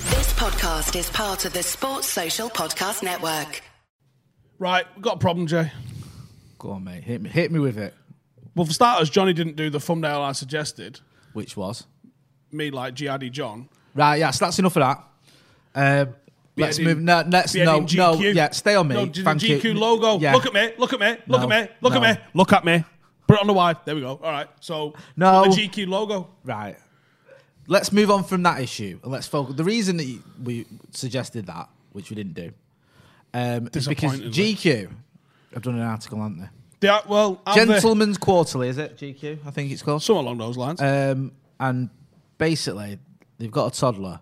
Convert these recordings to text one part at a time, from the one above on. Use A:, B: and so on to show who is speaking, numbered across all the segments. A: podcast is part of the Sports Social Podcast Network.
B: Right, we've got a problem, Jay.
C: Go on, mate. Hit me, hit me with it.
B: Well, for starters, Johnny didn't do the thumbnail I suggested.
C: Which was
B: Me, like Jihadi John.
C: right. Yes, that's enough of that. Um, let's
B: in-
C: move. No, let's
B: Be
C: no,
B: editing
C: no.
B: GQ.
C: Yeah, stay on me.
B: No, the
C: Thank you.
B: GQ logo.
C: Yeah.
B: Look at me. Look at me. Look
C: No,
B: at me. Look
C: no.
B: at me. Look at me. Put it on the wide. There we go. All right. So
C: No.
B: the GQ logo.
C: Right. Let's move on from that issue and let's focus. The reason that you, we suggested that, which we didn't do, um, is because
B: Disappointingly.
C: GQ have done an article, haven't they?
B: They are, well, have they-
C: Gentleman's Quarterly, is it? GQ, I think it's called.
B: Something along those lines.
C: Um, and basically, they've got a toddler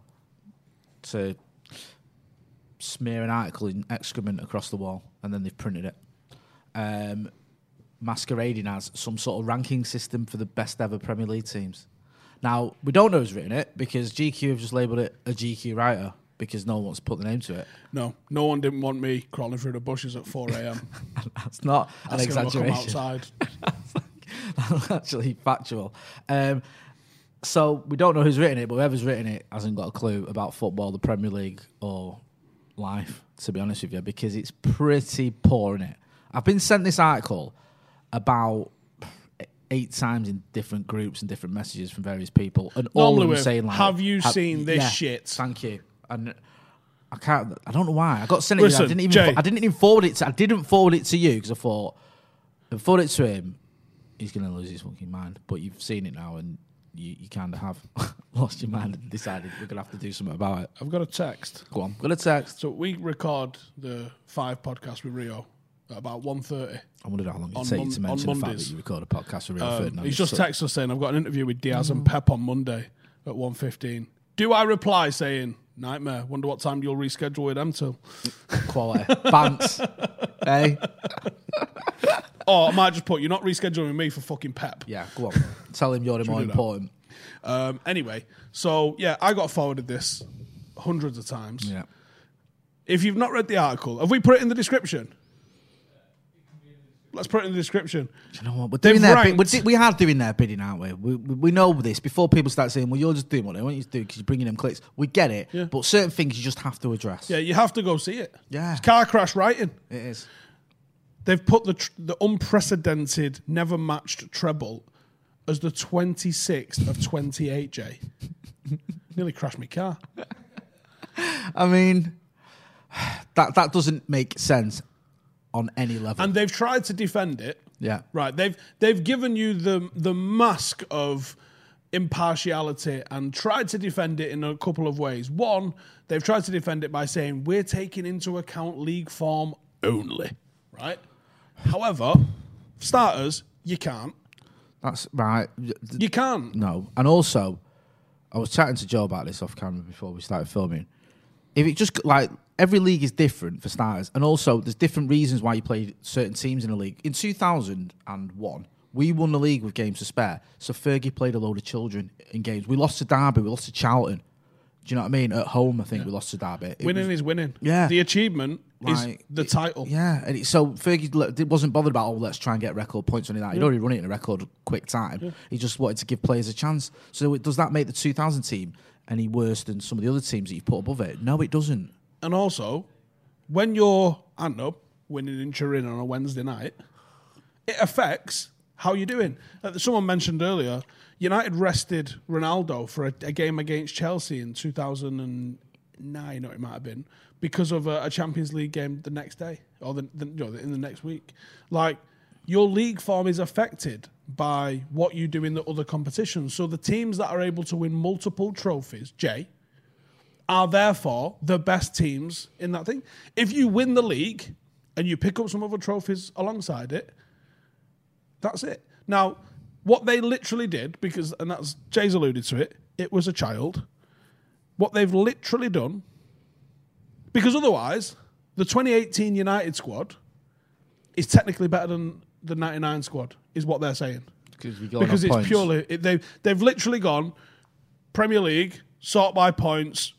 C: to smear an article in excrement across the wall, and then they've printed it, um, masquerading as some sort of ranking system for the best ever Premier League teams. Now we don't know who's written it because GQ have just labelled it a GQ writer because no one wants to put the name to it.
B: no, no one didn't want me crawling through the bushes at 4 a.m.
C: That's not an
B: Asking them to come
C: exaggeration.
B: outside.
C: That's actually factual. Um, so we don't know who's written it, but whoever's written it hasn't got a clue about football, the Premier League, or life. To be honest with you, because it's pretty poor in it. I've been sent this article about eight times in different groups and different messages from various people, and all
B: Normally
C: of them
B: with,
C: saying like,
B: "Have you seen this shit?"
C: Thank you. And I can't. I don't know why I got sent it.
B: Listen,
C: I didn't even.
B: Jay.
C: I didn't even forward it. To, I didn't forward it to you because I thought if I forward it to him, he's gonna lose his fucking mind. But you've seen it now, and you, you kind of have lost your mind and decided we're gonna have to do something about it.
B: I've got a text.
C: Go on, gonna text.
B: So we record the five podcasts with Rio at about 1.30.
C: I wondered how long
B: On
C: it'd take you to
B: Mon- on
C: mention the fact that
B: Mondays.
C: you record a podcast with Real
B: Um,
C: Ferdinand.
B: he's just
C: So-
B: texted us saying, I've got an interview with Diaz and Pep on Monday at 1.15. Do I reply saying, nightmare, wonder what time you'll reschedule with them till?
C: quality. Bants. hey.
B: Or I might just put, you're not rescheduling with me for fucking Pep.
C: Yeah, go on. Tell him you're the more
B: do that?
C: important.
B: Um, anyway, so yeah, I got forwarded this hundreds of times.
C: Yeah.
B: If you've not read the article, have we put it in the description? Let's put it in the description.
C: Do you know what? We're
B: They've
C: doing their bid.
B: ranked-
C: We're di- we are doing their bidding, aren't we? We, we? we know this. Before people start saying, well, you're just doing what they want you to do because you're bringing them clicks. We get it.
B: Yeah.
C: But certain things you just have to address.
B: Yeah, you have to go see it.
C: Yeah.
B: It's car crash writing.
C: It is.
B: They've put the tr- the unprecedented, never matched treble as the 26th of 28, Jay. Nearly crashed my car.
C: I mean, that, that doesn't make sense on any level.
B: And they've tried to defend it.
C: yeah.
B: Right. They've they've given you the the mask of impartiality and tried to defend it in a couple of ways. One, they've tried to defend it by saying we're taking into account league form only. Right? However, for starters, you can't.
C: That's right. Th-
B: You can't.
C: No. And also, I was chatting to Joe about this off camera before we started filming. If it just like every league is different for starters, and also there's different reasons why you play certain teams in a league. In 2001, we won the league with games to spare, so Fergie played a load of children in games. We lost to Derby, we lost to Charlton. Do you know what I mean? At home, I think we lost to Derby. It
B: Winning
C: was-
B: is winning.
C: Yeah.
B: The achievement is
C: Like,
B: the
C: it-
B: title.
C: Yeah, and it, so Fergie le- di- wasn't bothered about oh let's try and get record points or anything. like that. He'd already run it in a record quick time. He just wanted to give players a chance. So it, does that make the 2000 team any worse than some of the other teams that you've put above it? No, it doesn't.
B: And also, when you're, I don't know, winning in Turin on a Wednesday night, it affects how you're doing. Uh, Someone mentioned earlier, United rested Ronaldo for a, a game against Chelsea in 2009, or it might have been, because of a, a Champions League game the next day or the, the, you know, in the next week. Like, your league form is affected by what you do in the other competitions. So the teams that are able to win multiple trophies, Jay, are therefore the best teams in that thing. If you win the league and you pick up some other trophies alongside it, that's it. Now, what they literally did, because, and that's Jay's alluded to it, it was a child. What they've literally done, because otherwise, the 2018 United squad is technically better than the 99 squad, is what they're saying
C: Because we go
B: because it's purely it, they they've literally gone Premier League sort by points,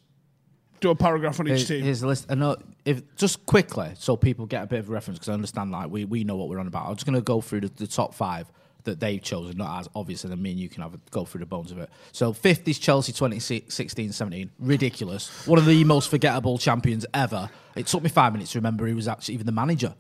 B: do a paragraph on each
C: Here-
B: team.
C: Here's the list. I know if just quickly so people get a bit of a reference because I understand like we, we know what we're on about. I'm just gonna go through the, the top five. that they've chosen, not ours. Obviously, then me and you can have a go through the bones of it. So 50s Chelsea 2016 17. Ridiculous. One of the most forgettable champions ever. It took me five minutes to remember he was actually even the manager.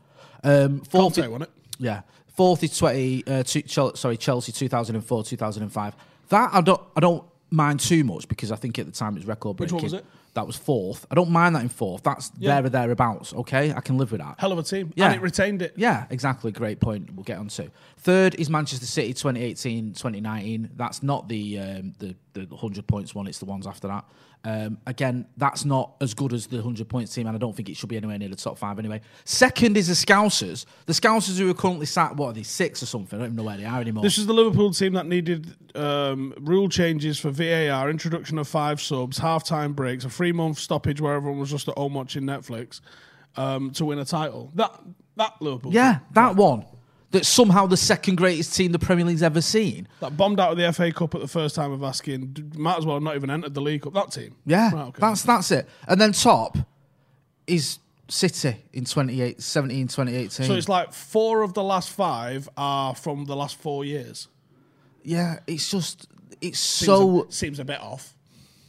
C: Um, 40
B: Conte won it.
C: yeah, fourth is twenty. Uh, two, Chel- sorry, Chelsea two thousand and four, two thousand and five. That I don't, I don't mind too much because I think at the time it was record
B: Which
C: breaking.
B: one was it?
C: That was fourth. I don't mind that in fourth. That's there or thereabouts. Okay, I can live with that.
B: Hell of a team.
C: Yeah.
B: And it retained it.
C: Yeah, exactly. Great point. We'll get on to. Third is Manchester City 2018 2019. That's not the um, the the 100 points one, it's the ones after that. Um, again, that's not as good as the 100 points team, and I don't think it should be anywhere near the top five anyway. Second is the Scousers. The Scousers who are currently sat, what are they, six or something? I don't even know where they are anymore.
B: This is the Liverpool team that needed um, rule changes for VAR, introduction of five subs, half-time breaks, a three-month stoppage where everyone was just at home watching Netflix um, to win a title. That that Liverpool, team
C: yeah, that one. That's somehow the second greatest team the Premier League's ever seen.
B: that bombed out of the FA Cup at the first time of asking, d- might as well have not even entered the League Cup. That team,
C: Yeah,
B: Right, okay.
C: that's that's it. And then top is City in 28, 17, 2018.
B: so it's like four of the last five are from the last four years.
C: yeah, it's just it's
B: Seems
C: so
B: a, seems a bit off.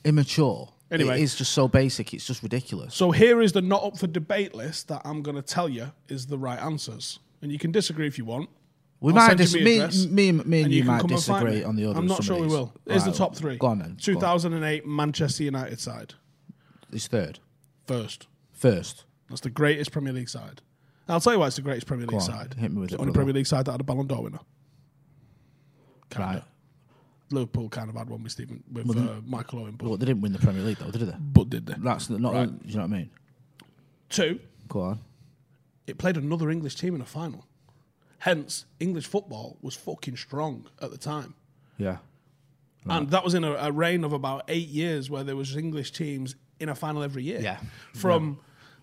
C: immature.
B: Anyway.
C: it is just so basic. It's just ridiculous.
B: So here is the not up for debate list that I'm going to tell you is the right answers, and you can disagree if you want.
C: We
B: I'll
C: might
B: send you
C: dis-
B: my
C: me,
B: address,
C: me, and- me and you,
B: can
C: might
B: come and find
C: disagree
B: me.
C: on the order.
B: I'm
C: of
B: not
C: some
B: sure
C: of
B: we
C: these.
B: will. Here's
C: Right,
B: the top three.
C: Go on then. Go on.
B: 2008 Manchester United side
C: It's third,
B: first.
C: first.
B: That's the greatest Premier League side. And I'll tell you why it's the greatest Premier League
C: on,
B: side.
C: hit me with
B: It's the
C: it,
B: only
C: brother.
B: Premier League side that had a Ballon d'Or winner.
C: Right.
B: Liverpool kind of had one with Stephen with uh, Michael Owen, but,
C: Well, they didn't win the Premier League though, did they?
B: but did they?
C: That's not.
B: Right.
C: Do you know what I mean?
B: Two,
C: Go on.
B: it played another English team in a final. Hence, English football was fucking strong at the time.
C: Yeah.
B: And that was in a, a reign of about eight years where there was English teams in a final every year.
C: Yeah.
B: From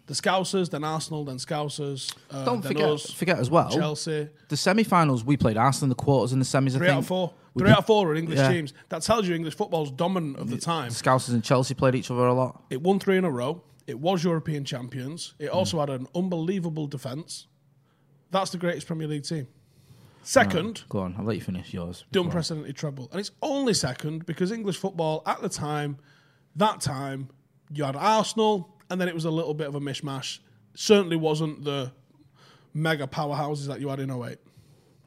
B: the Scousers, then Arsenal, then Scousers. Uh,
C: Don't
B: then
C: forget,
B: us,
C: forget as well.
B: Chelsea.
C: The semi-finals we played Arsenal in the quarters and the semis. I
B: Three
C: think
B: out of four.
C: We
B: Three
C: did-
B: out of four are English
C: Yeah.
B: teams. That tells you English football's dominant of the time.
C: Scousers and Chelsea played each other a lot.
B: It won three in a row. It was European champions. It
C: Mm.
B: also had an unbelievable defence. That's the greatest Premier League team. Second,
C: Go on, I'll let you finish yours.
B: the
C: before-
B: unprecedented treble. And it's only second because English football at the time, that time, you had Arsenal, and then it was a little bit of a mishmash. Certainly wasn't the mega powerhouses that you had in 08.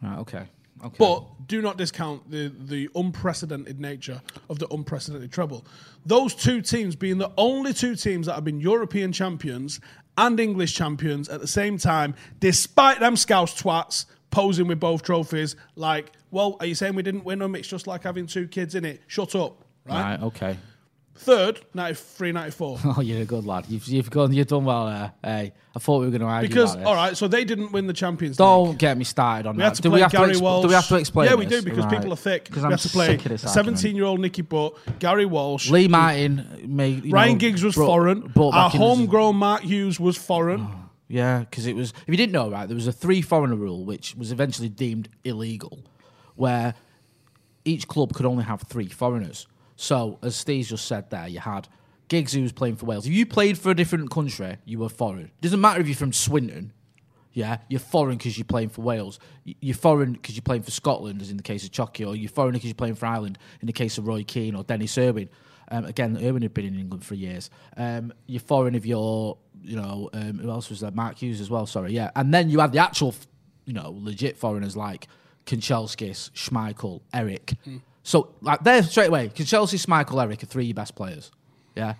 C: Right, okay. Okay.
B: But do not discount the, the unprecedented nature of the unprecedented treble. Those two teams being the only two teams that have been European champions and English champions at the same time, despite them scouse twats posing with both trophies, like, well, are you saying we didn't win them? It's just like having two kids in it. Shut up. Right?
C: right, okay.
B: Third, 93 94.
C: Oh, you're a good lad. You've you've gone. You've done well there. Hey, I thought we were going to argue
B: Because,
C: about this.
B: all right, so they didn't win the Champions League.
C: Don't get me started on
B: We
C: that.
B: had to
C: do
B: play
C: we have
B: Gary
C: to
B: Walsh.
C: Do we have to explain?
B: Yeah, we
C: this?
B: do because
C: Right.
B: people are thick. We
C: I'm
B: have to play
C: sick of this argument.
B: seventeen-year-old Nicky Butt, Gary Walsh,
C: Lee Martin, made, you
B: Ryan
C: know,
B: Giggs was
C: brought-
B: foreign.
C: brought
B: Our
C: back in as-
B: homegrown Mark Hughes was foreign.
C: Yeah, because it was. If you didn't know, right, there was a three foreigner rule, which was eventually deemed illegal, where each club could only have three foreigners. So, as Steve's just said there, you had Giggs who was playing for Wales. If you played for a different country, you were foreign. Doesn't matter if you're from Swinton. Yeah, you're foreign because you're playing for Wales. Y- You're foreign because you're playing for Scotland, as in the case of Chucky, or you're foreign because you're playing for Ireland, in the case of Roy Keane or Dennis Irwin. Um, again, Irwin had been in England for years. Um, you're foreign if you're, you know, um, who else was there? Mark Hughes as well, sorry, yeah. And then you had the actual, f- you know, legit foreigners like Kanchelskis, Schmeichel, Eric. So, like, there straight away, Kanchelskis, Schmeichel, Eric are three of your best players. Yeah.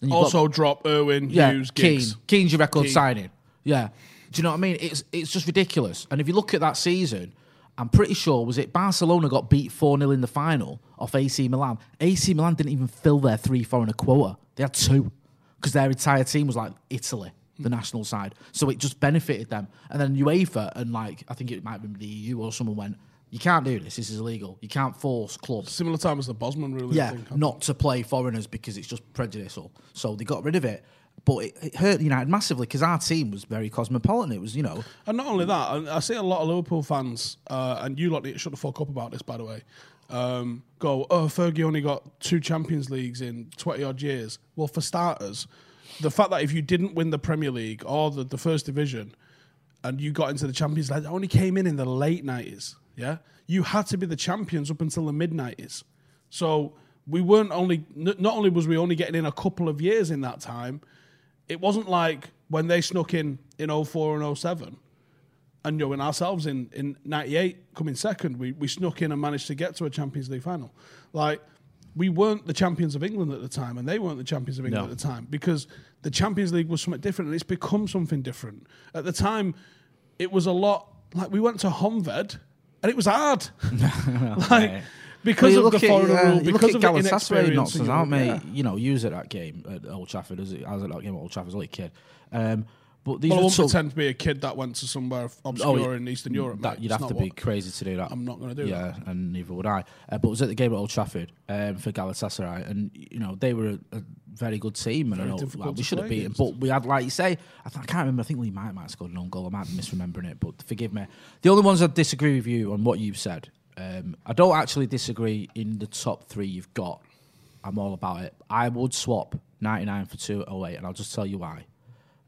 C: And you've got-
B: Also, drop Irwin
C: yeah,
B: Hughes
C: Keane.
B: Giggs.
C: Keane's your record signing. Yeah. Do you know what I mean? It's it's just ridiculous. And if you look at that season, I'm pretty sure was it Barcelona got beat 4-0 in the final off AC Milan. AC Milan didn't even fill their three foreigner quota. They had two. Because their entire team was like Italy, the national side. So it just benefited them. And then UEFA and like I think it might have been the EU or someone went, You can't do this, this is illegal. You can't force clubs
B: Similar time as the Bosman rule. I
C: yeah,
B: think.
C: not to play foreigners because it's just prejudicial. So they got rid of it, but it, it hurt United massively because our team was very cosmopolitan. It was, you know,
B: And not only that, and I see a lot of Liverpool fans, uh, and you lot need to shut the fuck up about this, by the way. Um, go, oh, Fergie only got two Champions Leagues in 20 odd years. Well, for starters, the fact that if you didn't win the Premier League or the, the First Division and you got into the Champions League, that only came in in the late 90s. Yeah, you had to be the champions up until the mid nineties. So we weren't only n- not only was we only getting in a couple of years in that time. It wasn't like when they snuck in in 04 and 07 and you know, and ourselves in in '98 coming second, we we snuck in and managed to get to a Champions League final. Like we weren't the champions of England at the time, and they weren't the champions of England
C: No.
B: at the time because the Champions League was something different, and it's become something different. At the time, it was a lot like we went to Honved, and it was hard, like.
C: But
B: Because
C: you
B: of
C: look
B: the
C: at,
B: foreign
C: uh,
B: rule,
C: you
B: because
C: look
B: of
C: at
B: the
C: Galatasaray
B: inexperience,
C: knocks
B: in
C: us
B: Europe,
C: out, mate.
B: yeah.
C: You know, you was at that game at Old Trafford. Was it? I was at that game at Old Trafford as a little kid. Um, but these
B: Well, I
C: were
B: won't
C: tough.
B: pretend to be a kid that went to somewhere obscure in Eastern Europe.
C: Oh, That,
B: mate.
C: you'd
B: It's
C: have to
B: not
C: be
B: what-
C: crazy to do that.
B: I'm not gonna do
C: yeah, that. and neither would I. Uh, but it was at the game at Old Trafford um, for Galatasaray, and you know they were a, a very good team, and I know,
B: difficult
C: well, we
B: to
C: should have
B: play
C: beaten.
B: against.
C: But we had, like you say, I, th- I can't remember. I think Lee might might have scored an own goal. I might be misremembering it, but forgive me. The only ones I disagree with you on what you've said. Um, I don't actually disagree in the top three you've got. I'm all about it. I would swap 99 for 208, and I'll just tell you why.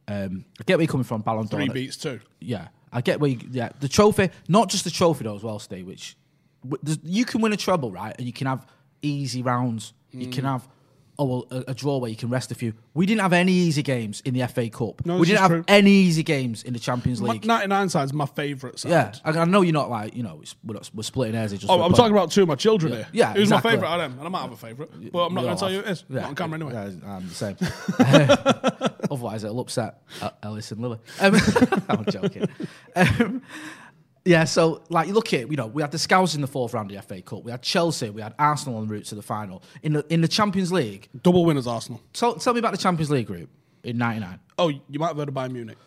C: Um, I get where you're coming from, Ballon d'Or
B: three beats too.
C: yeah, I get where you, yeah the trophy, not just the trophy though as well, Steve. Which w- there's- you can win a treble, right? And you can have easy rounds. You
B: Hmm.
C: can have oh well, a, a draw where you can rest a few. We didn't have any easy games in the FA Cup.
B: No,
C: we
B: this
C: didn't
B: is
C: have
B: true.
C: any easy games in the Champions
B: My-
C: League.
B: 99 side's my favourite side.
C: yeah, I, I know you're not like you know it's, we're, not, we're splitting hairs. it's Just
B: Oh,
C: we're
B: I'm
C: playing-
B: talking about two of my children here.
C: Yeah,
B: Who's
C: exactly.
B: my favourite? I am. And I might have a favourite, but I'm not going
C: We all
B: to tell you
C: have.
B: who it is.
C: Yeah.
B: Not on camera anyway.
C: Yeah, I'm the same. Otherwise, it'll upset uh, Ellis and Lily. Um, I'm joking. Um, yeah, so like you look at, it, you know, we had the Scouse in the fourth round of the FA Cup. We had Chelsea. We had Arsenal en route to the final. In the in the Champions League,
B: Double winners, Arsenal.
C: tell, tell me about the Champions League group in '99.
B: Oh, you might have heard of Bayern Munich.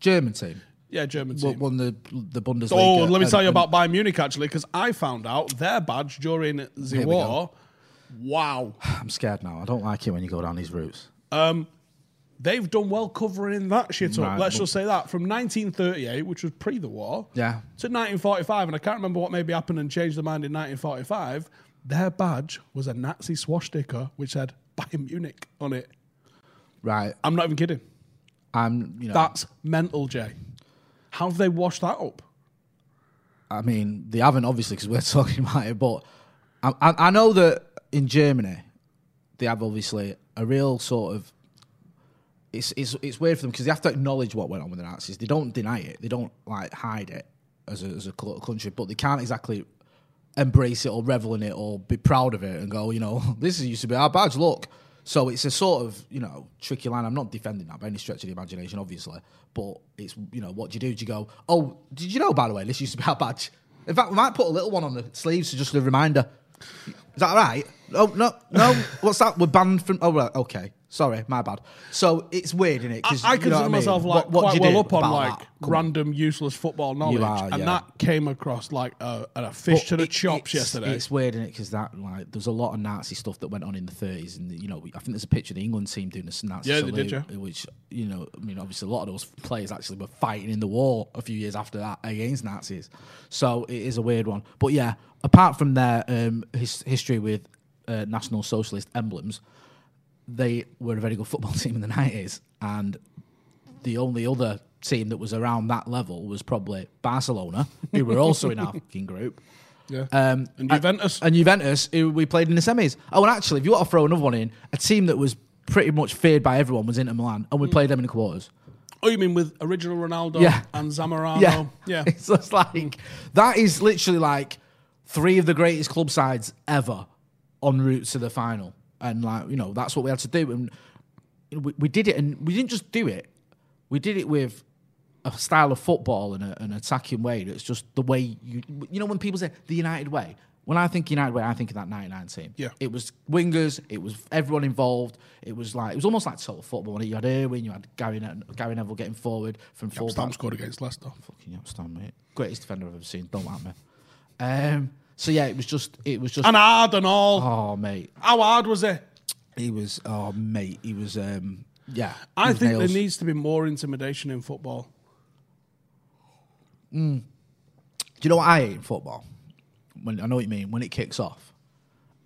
C: German team,
B: Yeah, German
C: wo-
B: team.
C: won the the Bundesliga.
B: oh, let me
C: and-
B: tell you
C: uh, and-
B: about Bayern Munich, actually, because I found out their badge during the
C: we
B: war. Wow.
C: I'm scared now. I don't like it when you go down these routes.
B: They've done well covering that shit up.
C: Right,
B: Let's
C: but-
B: just say that. From 1938, which was pre the war,
C: Yeah.
B: to 1945, and I can't remember what maybe happened and changed their mind in 1945, their badge was a Nazi swastika which had Bayern Munich on it.
C: Right,
B: I'm not even kidding.
C: I'm. You know,
B: That's mental, Jay. How have they washed that up?
C: I mean, they haven't obviously because we're talking about it, but I, I, I know that in Germany they have obviously a real sort of. It's it's it's weird for them because they have to acknowledge what went on with the Nazis. They don't deny it. They don't like hide it as a, as a cou- country, but they can't exactly embrace it or revel in it or be proud of it and go, you know, this is used to be our badge. Look. So it's a sort of you know tricky line. I'm not defending that by any stretch of the imagination, obviously, but it's you know what do you do? Do you go? Oh, did you know by the way this used to be our badge? In fact, we might put a little one on the sleeves to just a reminder. Is that all right? Oh no, no. What's that? We're banned from. Oh right, okay. Sorry, my bad. So it's weird, isn't it?
B: I,
C: 'Cause
B: I
C: you know
B: consider
C: what I mean?
B: myself like
C: What- what do
B: quite
C: you
B: well
C: do
B: up on
C: about
B: like
C: that?
B: random useless football knowledge,
C: are,
B: and
C: yeah.
B: that came across like a, a fish
C: But
B: to the
C: it-
B: chops
C: it's,
B: yesterday.
C: It's weird, isn't it? Because that like there's a lot of Nazi stuff that went on in the 30s, and you know, we- I think there's a picture of the England team doing this Nazi
B: Yeah, they
C: salute, uh,
B: did,
C: which you know, I mean, obviously a lot of those players actually were fighting in the war a few years after that against Nazis. So it is a weird one. But yeah, apart from their um, his, history with uh, National Socialist emblems, they were a very good football team in the 90s, and the only other team that was around that level was probably Barcelona, who were also in our fucking group.
B: Yeah.
C: Um,
B: And Juventus.
C: And Juventus, who we played in the semis. Oh, and actually, if you want to throw another one in, a team that was pretty much feared by everyone was Inter Milan, and we played them in the quarters.
B: oh, you mean with original Ronaldo
C: Yeah.
B: and Zamorano?
C: yeah.
B: yeah. Hmm.
C: It's just like, that is literally like three of the greatest club sides ever en route to the final. And, like, you know, that's what we had to do. And you know, we, we did it, and we didn't just do it, we did it with a style of football and a, an attacking way that's just the way you you know when people say the United way. When I think United way, I think of that '99 team.
B: Yeah.
C: it was wingers, it was everyone involved. It was like it was almost like total football. You had Irwin, you had Gary, Ne- Gary Neville getting forward from full
B: Stamp scored against Leicester.
C: Fucking Yapstam, mate. Greatest defender I've ever seen. Don't at me. Um, so yeah, it was just, it was just.
B: And hard and all.
C: oh mate,
B: How hard was it?
C: he was. Oh mate, he was. Um, yeah, he
B: I
C: was
B: think
C: nails.
B: there needs to be more intimidation in football.
C: Do you know what I hate in football? When I know what you mean. When it kicks off,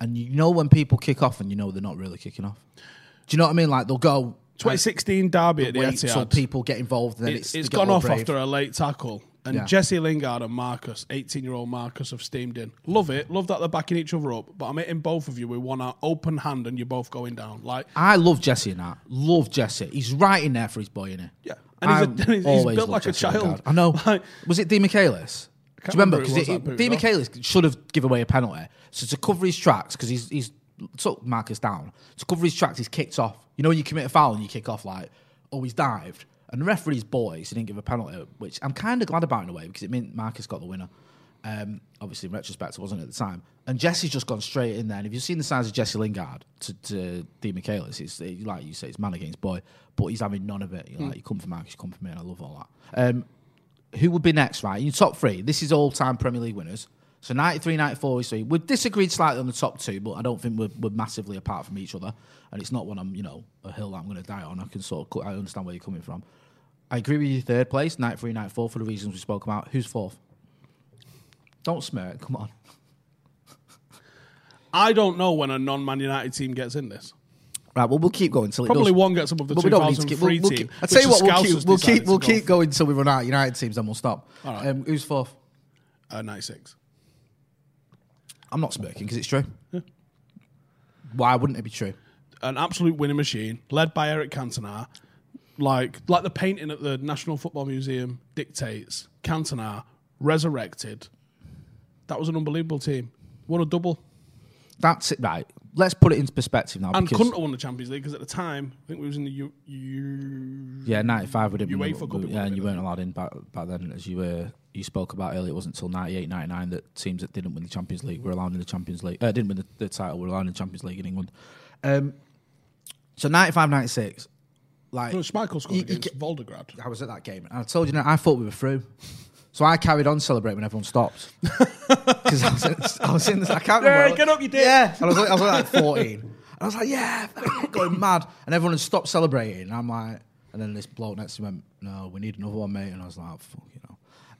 C: and you know when people kick off, and you know they're not really kicking off. Do you know what I mean? Like they'll go.
B: 2016 derby at the
C: Wait till
B: Etihad.
C: people get involved, and then
B: It-
C: it's
B: it's
C: they get
B: gone
C: all
B: off
C: brave.
B: after a late tackle, And
C: Yeah.
B: Jesse Lingard and Marcus, 18 year old Marcus, have steamed in. Love it. Love that they're backing each other up. But I'm hitting both of you with one uh, open hand and you're both going down. Like,
C: I love Jesse in that. Love Jesse. He's right in there for his boy, innit?
B: yeah. And he's, a,
C: I've
B: and he's- he's
C: always
B: built
C: loved
B: like a
C: Jesse
B: child.
C: Lingard. I know.
B: Like,
C: was it Di Michaelis? Do
B: can't
C: you remember?
B: remember who
C: Because
B: it was that
C: Di
B: booted
C: Michaelis should have given away a penalty. So to cover his tracks, because he's he's took Marcus down. To cover his tracks, he's kicked off. You know when you commit a foul and you kick off like, oh, he's dived. And the referee's boys, he didn't give a penalty, which I'm kind of glad about in a way because it meant Marcus got the winner. Um, obviously, in retrospect, it wasn't at the time. And Jesse's just gone straight in there. And if you've seen the size of Jesse Lingard to, to Di Michaelis, it's it- like you say, it's man against boy, but he's having none of
B: Hmm.
C: it. You're like, you come for Marcus, you come for me, and I love all that. Um, who would be next, right? Your top three. This is all time Premier League winners. So 93, 94, so we've disagreed slightly on the top two, but I don't think we're, we're massively apart from each other. And it's not one I'm, you know, a hill that I'm going to die on. I can sort of, cut- I understand where you're coming from. I agree with you, third place, 93, 94, for the reasons we spoke about. Who's fourth? Don't smear it, come on.
B: I don't know when a non Man United team gets in this.
C: Right, well, we'll keep going till it
B: Probably
C: does.
B: one gets above the
C: But we don't need to keep.
B: 2003
C: we'll- we'll
B: team,
C: keep- I tell you
B: which
C: what,
B: the Scousers
C: we'll keep, we'll
B: decided
C: keep, we'll
B: to go
C: keep
B: for.
C: going until we run out of United teams, then we'll stop. All
B: right.
C: um, who's fourth?
B: Uh, 96.
C: I'm not smirking because it's true. Why wouldn't it be true?
B: an absolute winning machine, led by Eric Cantona. Like like the painting at the National Football Museum dictates. Cantona resurrected. That was an unbelievable team. Won a double
C: That's it, right? Let's put it into perspective now.
B: and
C: because,
B: couldn't have won the Champions League because at the time I think we was in the U. U-
C: yeah, ninety-five. We didn't.
B: UEFA
C: we-
B: Cup
C: we-
B: it
C: yeah,
B: would've
C: and you
B: been, I
C: weren't allowed in back, back then, as you were. You spoke about earlier. It wasn't until 98, 99 that teams that didn't win the Champions League were allowed in the Champions League. Uh, didn't win the, the title were allowed in the Champions League in England. Um, so 95, 96. Like
B: no, Schmeichel scored
C: You- you
B: against
C: get-
B: Voldegrad.
C: I was at that game, and I told you, no, I thought we were through. So I carried on celebrating when everyone stopped. Because I was in, I was in this, I can't
B: Yeah,
C: remember.
B: get up, you dick.
C: Yeah. And I was, like- I was like 14. And I was like, yeah, going mad. And everyone had stopped celebrating. And I'm like, and then this bloke next to me went, no, we need another one, mate. And I was like, "Oh, fuck, you know.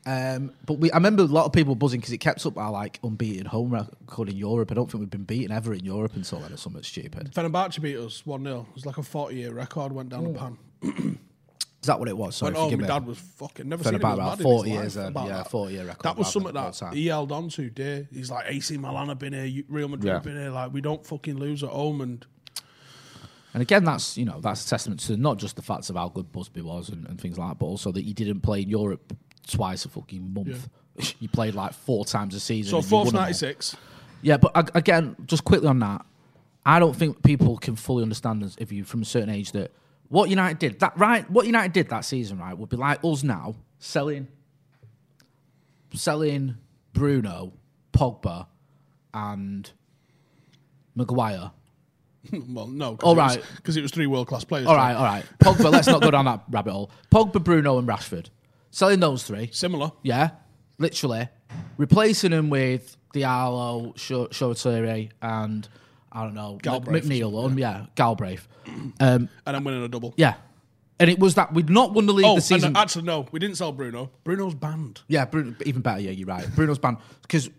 C: Um, but we, I remember a lot of people buzzing because it kept up our like unbeaten home record in Europe. I don't think we've been beaten ever in Europe until then or something stupid.
B: Fenerbahce beat us one 0 It was like a forty year record. Went down the pan.
C: Is that what it was? Sorry,
B: Went home.
C: forgive
B: My
C: me.
B: dad was fucking never
C: Fed
B: seen
C: about
B: him as
C: about
B: mad in his
C: 40
B: life
C: years then,
B: about
C: yeah,
B: that.
C: 40 year record
B: That was
C: rather
B: something
C: than all
B: that
C: time.
B: he held on to, dear. He's like AC Milan have been here, you- Real Madrid have
C: Yeah.
B: been here. Like we don't fucking lose at home, and
C: And again, that's you know that's a testament to not just the facts of how good Busby was and, and things like that, but also that you didn't play in Europe twice a fucking month. you played like four times a season.
B: so
C: and you
B: fourth
C: won 'em all.
B: ninety six.
C: Yeah, but ag- again, just quickly on that, I don't think people can fully understand this if you from a certain age that what United did that right, what United did that season right would be like us now selling, selling Bruno, Pogba, and Maguire.
B: Well, no,
C: All right.
B: because it was three world class players.
C: All
B: John.
C: right, all right. Pogba, let's not go down that rabbit hole. Pogba, Bruno, and Rashford. Selling those three,
B: similar.
C: yeah, literally. Replacing them with Diallo, Sh- Shortere, and I don't know,
B: Galbraith.
C: McNeil, or, yeah, Galbraith. Um,
B: And I'm winning a double.
C: yeah. And it was that we'd not won the league
B: Oh,
C: this season.
B: and uh, actually, no, we didn't sell Bruno. Bruno's banned.
C: Yeah, Bruno, even better. Yeah, you're right. Bruno's band because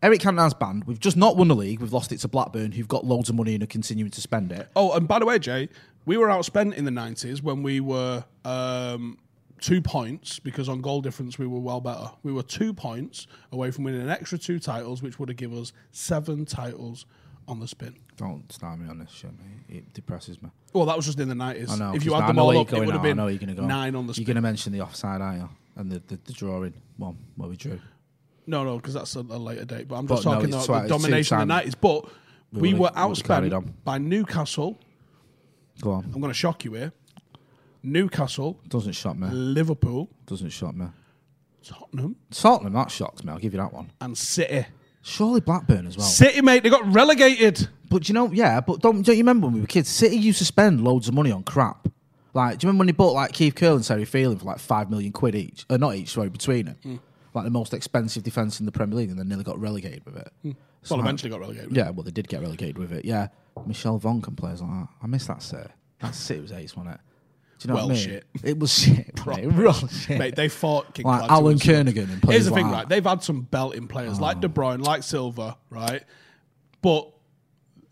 C: Eric Cantona's band. We've just not won the league. We've lost it to Blackburn, who've got loads of money and are continuing to spend it.
B: Oh, and by the way, Jay, we were outspent in the nineties when we were um, two points because on goal difference we were well better. We were two points away from winning an extra two titles, which would have given us seven titles on the spin.
C: Don't start me on this shit, mate. It depresses me.
B: Well, that was just in the nineties.
C: I know.
B: If you
C: 'cause
B: had
C: I
B: them
C: know
B: all
C: where
B: up, it
C: you're
B: would
C: going
B: have
C: now. I know
B: been
C: you're gonna go.
B: nine on the
C: You're
B: spin.
C: going to mention the offside, aren't you? And the, the, the drawing one where we drew.
B: No, no, because that's a, a later date. But I'm
C: But
B: just
C: no,
B: talking
C: it's
B: about
C: twi-
B: the
C: it's
B: domination of the
C: two-time.
B: nineties. But we
C: would've-
B: were
C: would've carried
B: outspent
C: on.
B: by Newcastle.
C: Go on.
B: I'm going to shock you here. Newcastle,
C: Doesn't shock me.
B: Liverpool,
C: Doesn't shock me.
B: Tottenham,
C: Tottenham, that shocked me. I'll give you that one.
B: and City.
C: Surely Blackburn as well.
B: City, mate, they got relegated.
C: But you know, yeah, but don't don't you remember when we were kids? City used to spend loads of money on crap. Like, do you remember when they bought like Keith Curl and Terry Phelan for like five million quid each? Uh, not each, sorry, between them.
B: Hmm.
C: Like the most expensive defence in the Premier League, and then nearly got relegated with it. So,
B: Hmm. Well,
C: like,
B: eventually got relegated.
C: Yeah, well, they did get relegated with it. Yeah, Michelle Von can play as like that. I miss that set. That set was ace, wasn't it? Do you know what
B: Well,
C: I mean?
B: shit.
C: It was shit. mate. Real shit.
B: Mate, they fought King
C: Like
B: Clyde
C: Alan
B: to win.
C: Kernigan and players
B: Here's the
C: like
B: thing,
C: that. Oh.
B: right? They've had some belting players like De Bruyne, like Silva, right? But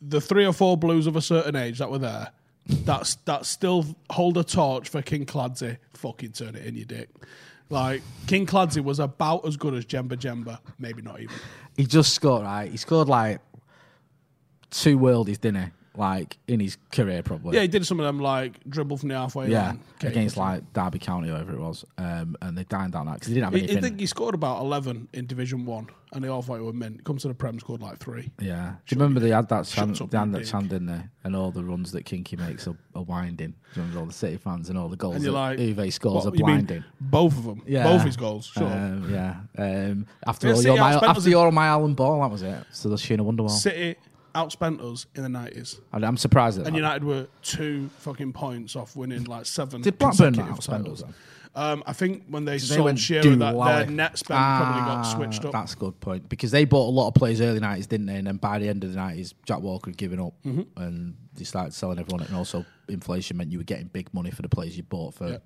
B: the three or four blues of a certain age that were there, that's that still hold a torch for King Clancy. Fucking turn it in, you dick. Like King Clancy was about as good as Jemba Jemba, maybe not even.
C: He just scored right. He scored like two worldies, didn't he? Like in his career, probably.
B: Yeah, he did some of them like dribble from the halfway
C: Yeah,
B: line. Okay.
C: against like Derby County, whoever it was, um, and they dined down that because he didn't have
B: I
C: anything.
B: I think he scored about eleven in Division One, and they all thought it were mint. Comes to the Prem, scored like three.
C: yeah, do you remember they had that chant,
B: up,
C: they had
B: you
C: that
B: dick.
C: chant in there, and all the runs that Kinky makes are, are winding. Do you remember all the City fans and all the goals
B: And
C: that
B: you're like,
C: Uwe scores
B: what,
C: are
B: you mean
C: blinding.
B: both of them.
C: Yeah,
B: both his goals. Sure.
C: Um, yeah. Um, after
B: Yeah,
C: all,
B: City
C: you're my,
B: outspent us
C: after
B: in-
C: you're my Allen Ball, that was it. So the Sheena Wonderwall.
B: City outspent us in the nineties,
C: And I'm surprised at that.
B: and United were two fucking points off winning like seven.
C: Did Blackburn
B: consecutive
C: outspend
B: titles.
C: us then?
B: Um, I think when they
C: They
B: sold
C: went
B: Shearer, that their
C: Doolally.
B: net spend
C: Ah,
B: probably got switched up.
C: That's a good point because they bought a lot of players early nineties, didn't they? And then by the end of the nineties, Jack Walker had given up
B: Mm-hmm.
C: and they started selling everyone. And also, inflation meant you were getting big money for the players you bought for
B: Yeah.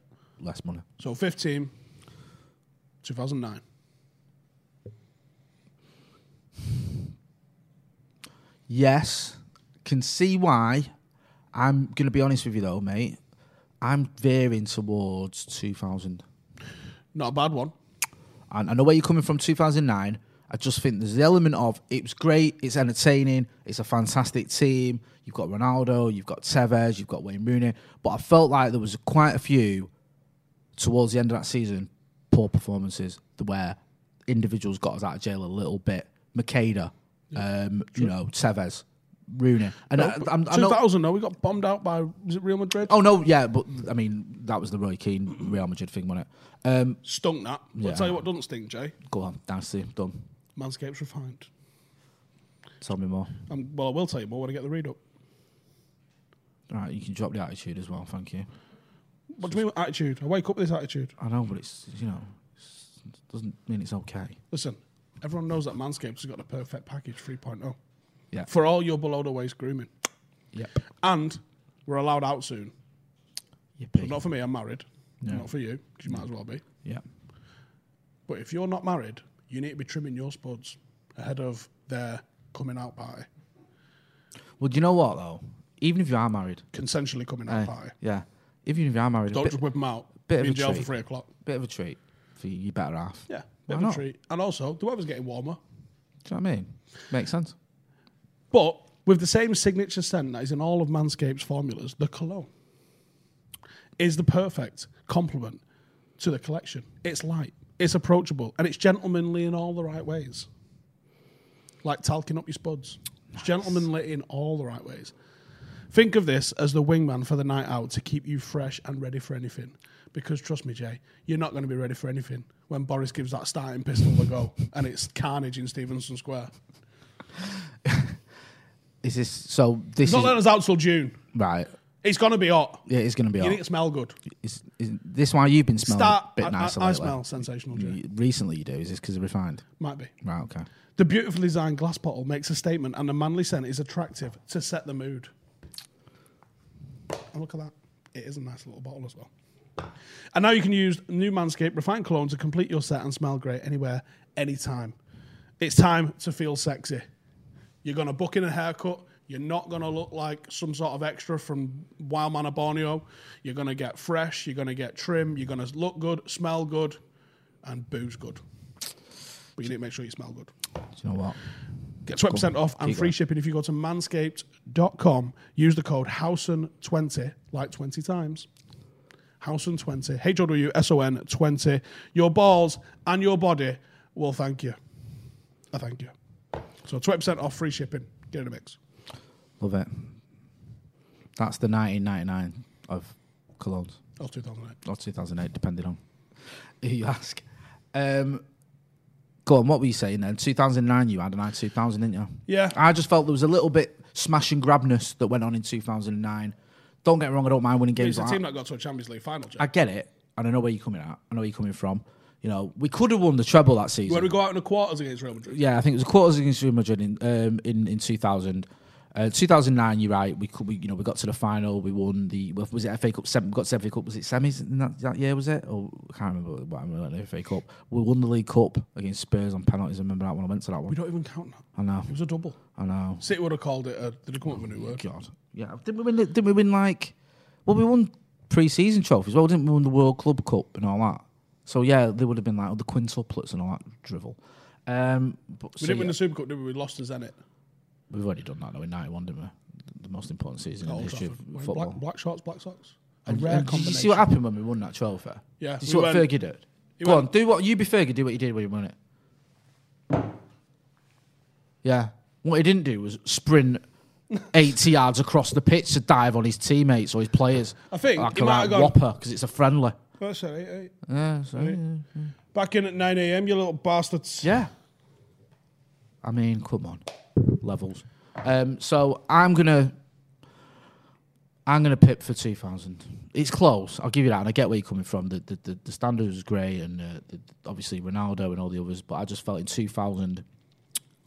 C: less money.
B: So 15, 2009.
C: Yes, can see why. I'm going to be honest with you though, mate. I'm veering towards 2000.
B: Not a bad one.
C: And I know where you're coming from, 2009. I just think there's the element of it was great, it's entertaining, it's a fantastic team. You've got Ronaldo, you've got Tevez, you've got Wayne Rooney. But I felt like there was quite a few towards the end of that season, poor performances where individuals got us out of jail a little bit. Makeda, um, you know, Tevez, Rooney. And I, I'm, I know,
B: 2000, though, we got bombed out by was it Real Madrid?
C: oh, no, yeah, but I mean, that was the Roy Keane, Real Madrid thing, wasn't it? Um,
B: Stunk that. But
C: Yeah.
B: I'll tell you what doesn't stink, Jay.
C: go on, Dynasty, done.
B: Manscaped's refined.
C: Tell me more.
B: Um, well, I will tell you more when I get the read up.
C: Right, you can drop the attitude as well. Thank you.
B: What do you mean with attitude? I wake up with this attitude.
C: I know, but it's you know it's, it doesn't mean it's okay.
B: Listen, everyone knows that Manscaped's has got the perfect package 3.0
C: Yeah.
B: for all your below the waist grooming.
C: Yep.
B: And we're allowed out soon.
C: You
B: But
C: pig.
B: not for me, I'm married.
C: No.
B: Not for you, because you might as well be.
C: Yeah.
B: But if you're not married, you need to be trimming your spuds ahead of their coming out party,
C: Well, do you know what though? Even if you are married,
B: consensually coming
C: eh,
B: out party.
C: yeah. Even if you are married, a
B: Don't
C: bit,
B: just whip them out.
C: bit
B: be
C: of
B: in
C: a
B: jail
C: treat.
B: for three o'clock.
C: bit of a treat for you, you better half.
B: Yeah, bit
C: Why
B: of a
C: not?
B: treat. And also, the weather's getting warmer.
C: Do you know what I mean? Makes sense.
B: But with the same signature scent that is in all of Manscaped's formulas, the cologne is the perfect complement to the collection. It's light, it's approachable, and it's gentlemanly in all the right ways. Like talking up your spuds. It's gentlemanly in all the right ways. Think of this as the wingman for the night out to keep you fresh and ready for anything. Because trust me, Jay, you're not going to be ready for anything when Boris gives that starting pistol a go and it's carnage in Stevenson Square.
C: Is this so? This
B: He's not
C: is
B: letting us out till June.
C: right.
B: It's gonna be hot.
C: Yeah, it's going to be.
B: You
C: hot.
B: need to smell good.
C: Is, is this why you've been smelling
B: Start.
C: a bit
B: I,
C: nicer
B: I, I
C: lately?
B: smell sensational. Jay.
C: You- Recently, you do. Is this because of refined?
B: Might be.
C: Right. Okay.
B: The beautifully designed glass bottle makes a statement, and the manly scent is attractive to set the mood. And look at that. It is a nice little bottle as well. And now you can use new Manscaped Refined Cologne to complete your set and smell great anywhere, anytime. It's time to feel sexy. You're going to book in a haircut. You're not going to look like some sort of extra from Wild Man of Borneo. You're going to get fresh. You're going to get trim. You're going to look good, smell good, and booze good. But you need to make sure you smell good.
C: Do you know what?
B: Get 20% off and
C: Keep
B: free
C: going.
B: shipping if you go to manscaped.com. Use the code Housen20, like 20 times. Housen20, H O W S O N 20. Your balls and your body will thank you. I thank you. So 20% off free shipping. Get in the mix.
C: Love it. That's the 1999 of colognes.
B: That was 2008.
C: or 2008, depending on who you ask. Um, go on, what were you saying then? 2009, you had an I 2000, didn't you?
B: Yeah.
C: I just felt there was a little bit smash and grabness that went on in 2009. Don't get me wrong, I don't mind winning
B: It's
C: games.
B: the
C: Like
B: team
C: that.
B: that got to a Champions League final, Jack.
C: I get it, and I know where you're coming at. I know where you're coming from. You know, we could have won the treble that season
B: When we go out in the quarters against Real Madrid.
C: yeah, I think it was the quarters against Real Madrid in um, in, in two thousand. Uh, 2009, you're right. We could, we, you know, we got to the final. We won the well, was it FA Cup? Sem- got to FA Cup. Was it semis in that, that year? Was it? Or I can't remember. What, I remember the FA Cup. We won the League Cup against Spurs on penalties. I remember that one. I went to that
B: We
C: one.
B: don't even count that.
C: I know.
B: It was a double.
C: I know.
B: City would have called it a. Did they come up with a new word?
C: Oh God. Yeah. Didn't we win? the- Didn't we win like? Well, we won pre-season trophies. Well, didn't we win the World Club Cup and all that? So yeah, they would have been like oh, the quintuplets and all that drivel. Um, but
B: We
C: so,
B: didn't win
C: yeah,
B: the Super Cup, did we? We lost to Zenit.
C: we've already done that though in '91, didn't we? The most important season in
B: Oh,
C: the history of
B: Old Trafford.
C: football.
B: Black, black shorts, black socks. A
C: And-
B: rare
C: and did
B: combination.
C: you see what happened when we won that trophy?
B: Yeah,
C: Did you
B: we
C: see what
B: went-
C: Fergie did?
B: he
C: Go
B: went-
C: on, do what you be Fergie. Do what you did when you won it. Yeah. What he didn't do was sprint 80 yards across the pitch to dive on his teammates or his players.
B: I think
C: like
B: he
C: a
B: might
C: right
B: have gone-
C: whopper because it's a friendly.
B: Oh, sorry, eh,
C: Yeah. So, yeah.
B: Back in at 9 a.m., you little bastards.
C: Yeah. I mean, come on, levels. Um, so I'm gonna, I'm gonna pip for 2000. It's close. I'll give you that. And I get where you're coming from. The the, the, the standard was great, and uh, the, obviously Ronaldo and all the others. But I just felt in 2000,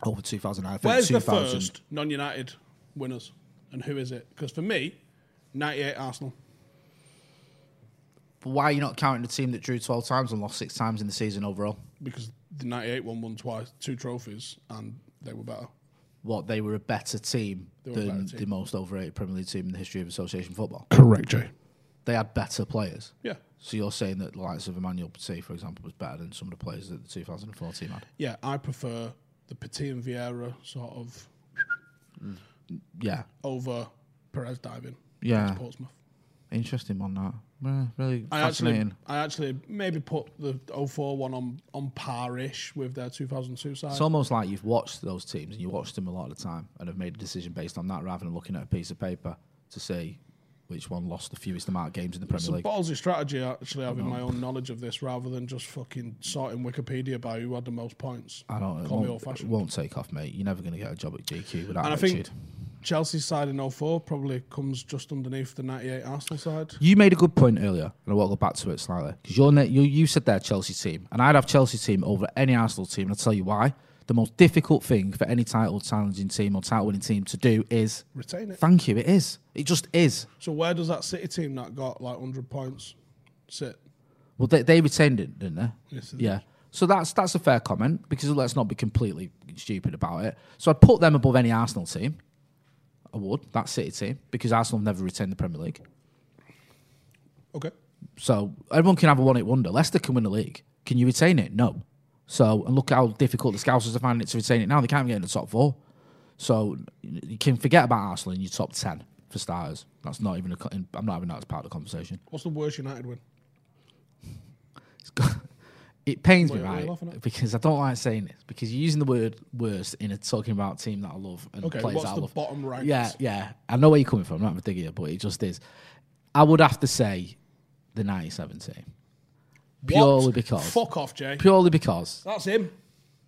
C: over 2000, I think
B: Where's the
C: 2000.
B: first non United winners? And who is it? Because for me, 98 Arsenal.
C: But why are you not counting the team that drew 12 times and lost six times in the season overall?
B: Because the 98 one won twice, two trophies, and they were better.
C: What they were a better team
B: were a
C: than
B: better
C: the
B: team.
C: most overrated Premier League team in the history of association football.
B: Correct, Jay.
C: They had better players.
B: Yeah.
C: So you're saying that the likes of Emmanuel Petit, for example, was better than some of the players that the 2014 had?
B: Yeah, I prefer the Petit and Vieira sort of
C: Yeah,
B: over Perez diving.
C: Yeah.
B: against Portsmouth.
C: interesting one that. Yeah, really
B: I
C: fascinating.
B: actually, I actually maybe put the 04 one on, on par-ish with their 2002 side.
C: it's almost like you've watched those teams and you watched them a lot of the time and have made a decision based on that rather than looking at a piece of paper to say which one lost the fewest amount of games in the Premier
B: It's a
C: League.
B: ballsy strategy, actually, having my own knowledge of this rather than just fucking sorting Wikipedia by who had the most points.
C: I don't. It
B: Call me
C: won't, it
B: old-fashioned.
C: won't take off, mate. You're never going to get a job at GQ without
B: And I
C: attitude.
B: think Chelsea's side in 04 probably comes just underneath the 98 Arsenal side.
C: You made a good point earlier, and I want to go back to it slightly because you're ne- you, you said there Chelsea team, and I'd have Chelsea team over any Arsenal team, and I'll tell you why. The most difficult thing for any title challenging team or title winning team to do is
B: Retain it.
C: thank you. It is. It just is.
B: So where does that City team that got like 100 points sit?
C: Well, they, they retained it, didn't they?
B: Yes, they did.
C: yeah. So that's that's a fair comment because let's not be completely stupid about it. So I'd put them above any Arsenal team. I would that City team because Arsenal have never retained the Premier League.
B: Okay.
C: So everyone can have a one-hit wonder. Leicester can win the league. Can you retain it? No. So and look how difficult the Scousers are finding it to retain it now. They can't even get in the top four. So you can forget about Arsenal in your top ten for starters. That's not even. A, co- I'm not having that as part of the conversation.
B: What's the worst United win?
C: It's got, it pains me
B: Wait, what are you
C: right
B: laughing at?
C: because I don't like saying this because you're using the word worst in a talking about a team that I love and
B: Okay,
C: players
B: what's
C: that I
B: the
C: love.
B: bottom ranked?
C: Yeah, yeah. I know where you're coming from. I'm not having a dig at you, but it just is. I would have to say the 97 team. Purely
B: What?
C: because.
B: Fuck off, Jay.
C: purely because
B: That's him.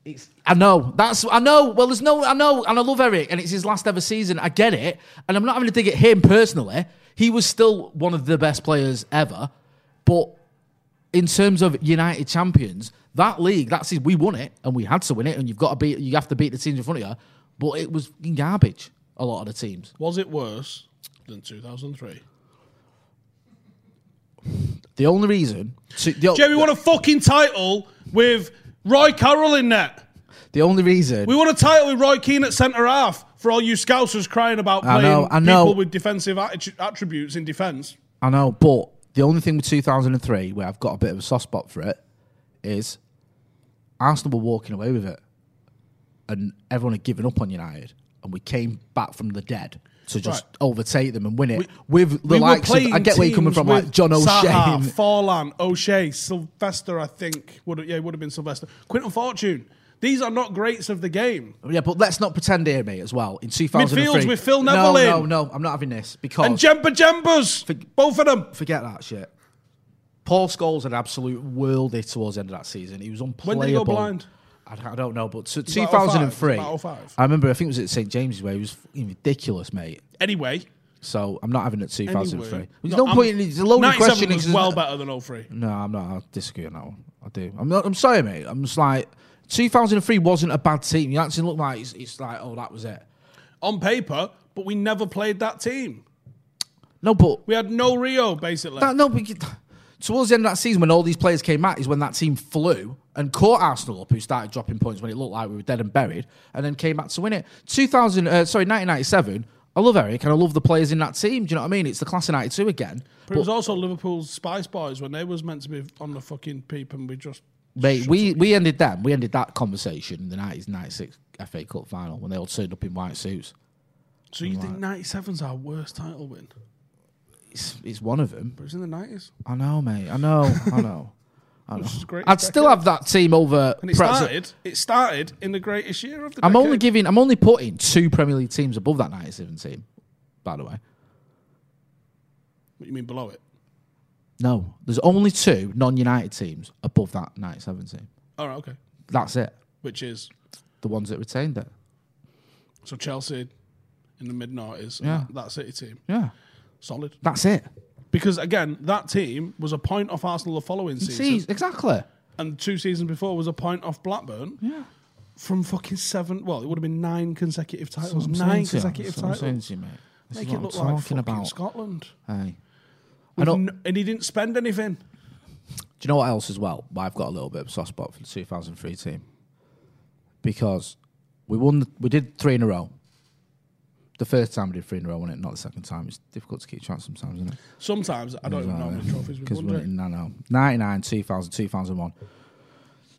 C: it's I know that's I know well there's no I know and I love Eric and it's his last ever season I get it and I'm not having to dig at him personally he was still one of the best players ever but in terms of United champions that league that's we won it and we had to win it and you've got to beat you have to beat the teams in front of you but it was fucking garbage a lot of the teams
B: Was it worse than 2003?
C: the only reason to, the,
B: Jay, we won a fucking title with Roy Carroll in net.
C: the only reason
B: We won a title with Roy Keane at centre half for all you scousers crying about
C: I
B: playing
C: know, I know.
B: people with defensive atti- attributes in defence.
C: I know, but the only thing with 2003 where I've got a bit of a soft spot for it is Arsenal were walking away with it, and everyone had given up on United, and we came back from the dead to just
B: Right.
C: overtake them and win it with the
B: we were
C: likes of.
B: playing
C: I get where you're coming
B: teams
C: from, like
B: with
C: John
B: Zaha,
C: O'Shea.
B: Forlan, O'Shea, Sylvester, I think. Would yeah, it would have been Sylvester. Quinton Fortune. These are not greats of the game.
C: Yeah, but let's not pretend here, mate. As well, in 2003,
B: Midfields with Phil
C: no,
B: Neville in.
C: no, no, I'm not having this because
B: And Jemba Jembas, both of them.
C: forget that shit. Paul Scholes had an absolute worldie towards the end of that season. He was unplayable.
B: When did he go blind?
C: I, I don't know, but to
B: about 05?
C: 2003.
B: It was about 05?
C: I remember, I think it was at St James's where he was fucking ridiculous, mate.
B: Anyway,
C: So I'm not having it 2003.
B: anyway.
C: There's no,
B: I'm-
C: point. in- It's a loaded
B: 97
C: question.
B: was
C: because-
B: well better than 03.
C: no, I'm not. I disagree on that one. I do. I'm not. I'm sorry, mate. I'm just like 2003 wasn't a bad team. You actually look like it's, it's like oh that was it.
B: On paper, but we never played that team.
C: No, but
B: We had no Rio, basically.
C: That, no, but you- towards the end of that season, when all these players came back, is when that team flew and caught Arsenal up, who started dropping points when it looked like we were dead and buried, and then came back to win it. 2000, uh, sorry, 1997. I love Eric and I love the players in that team. Do you know what I mean? It's the class of '92 again.
B: But, it was also Liverpool's Spice Boys when they was meant to be on the fucking peep and we just
C: Mate, we, we ended them. We ended that conversation in the 1996 FA Cup final when they all turned up in white suits.
B: So you think ninety seven's our worst title win?
C: It's, it's one of them.
B: But it's in the nineties.
C: I know, mate. I know. I know. I know.
B: is great
C: I'd still have that team over.
B: And it
C: Prez-
B: started it started in the greatest year of the
C: I'm
B: decade.
C: only giving. I'm only putting two Premier League teams above that 97 team. By the way,
B: What you mean below it?
C: no. There's only two non-United teams above that 97 team.
B: Alright, okay.
C: That's it.
B: Which is
C: The ones that retained it.
B: so Chelsea in the mid nineties,
C: Yeah.
B: that, that City team.
C: Yeah.
B: Solid.
C: That's it.
B: Because again, that team was a point off Arsenal the following season.
C: See, exactly.
B: And two seasons before was a point off Blackburn. Yeah. From fucking seven well, it would have been nine consecutive titles.
C: That's what I'm
B: Nine
C: saying to you.
B: consecutive
C: That's what I'm
B: titles.
C: saying to you, mate. This
B: Make
C: is what
B: it
C: I'm
B: look like
C: talking
B: fucking
C: about.
B: Scotland.
C: Aye. I
B: With
C: don't-
B: n- and he didn't spend anything.
C: Do you know what else as well? Why I've got a little bit of a soft spot for the 2003 team because we won. The, we did three in a row. The first time we did three in a row, wasn't it? Not the second time. It's difficult to keep track sometimes, isn't it? Uh,
B: Sometimes I don't even know how many trophies we've
C: Because
B: won.
C: we
B: Jake.
C: no, no, 99, 2000, 2001,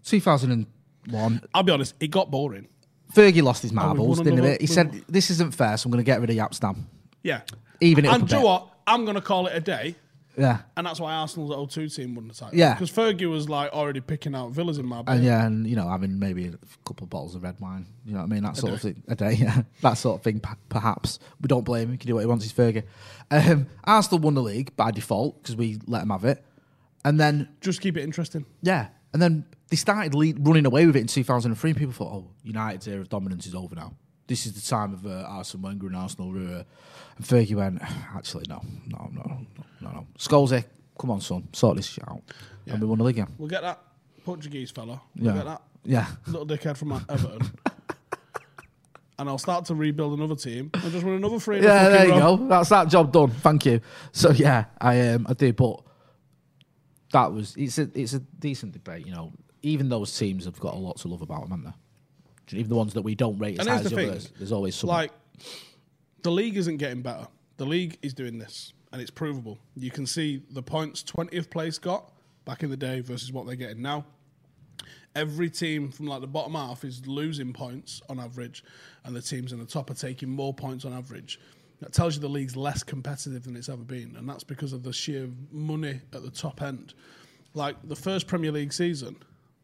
C: 2001.
B: I'll be honest, it got boring.
C: Fergie lost his
B: won
C: marbles, didn't
B: another-
C: it? He
B: we
C: said,
B: won.
C: "This isn't fair, so I'm going to get rid of Yapstam."
B: Yeah.
C: Even it up
B: and
C: a
B: do you
C: bit.
B: know what? I'm going to call it a day.
C: Yeah,
B: And that's why Arsenal's 02 team won the title.
C: Yeah.
B: Because Fergie was like already picking out villas in my
C: And
B: bed.
C: yeah, and you know, having maybe a couple of bottles of red wine, you know what I mean, that sort of thing, a day, yeah, that sort of thing. p- Perhaps we don't blame him; he can do what he wants. He's Fergie. Um, Arsenal won the league by default because we let him have it, and then
B: Just keep it interesting.
C: yeah, and then they started lead, running away with it in 2003. And people thought, oh, United's era of dominance is over now. This is the time of uh, Arsene Wenger and Arsenal. Uh, and Fergie went, actually, no, no, no, no, no. Skolze, come on, son, sort this shit out, and we won the league again.
B: We'll get that Portuguese fella. We'll get
C: Yeah,
B: that
C: yeah.
B: little dickhead from Everton. and I'll start to rebuild another team and just win another three. in a
C: Yeah,
B: fucking
C: there you
B: row.
C: go. That's that job done. Thank you. So yeah, I um, I do, but that was it's a it's a decent debate, you know. Even those teams have got a lot to love about them, haven't they? Even the ones that we don't rate as
B: And
C: high
B: here's
C: as
B: the
C: the
B: thing,
C: others, there's always some.
B: like the league isn't getting better. The league is doing this, and it's provable. You can see the points 20th place got back in the day versus what they're getting now. Every team from like the bottom half is losing points on average, and the teams in the top are taking more points on average. That tells you the league's less competitive than it's ever been, and that's because of the sheer money at the top end. Like the first Premier League season,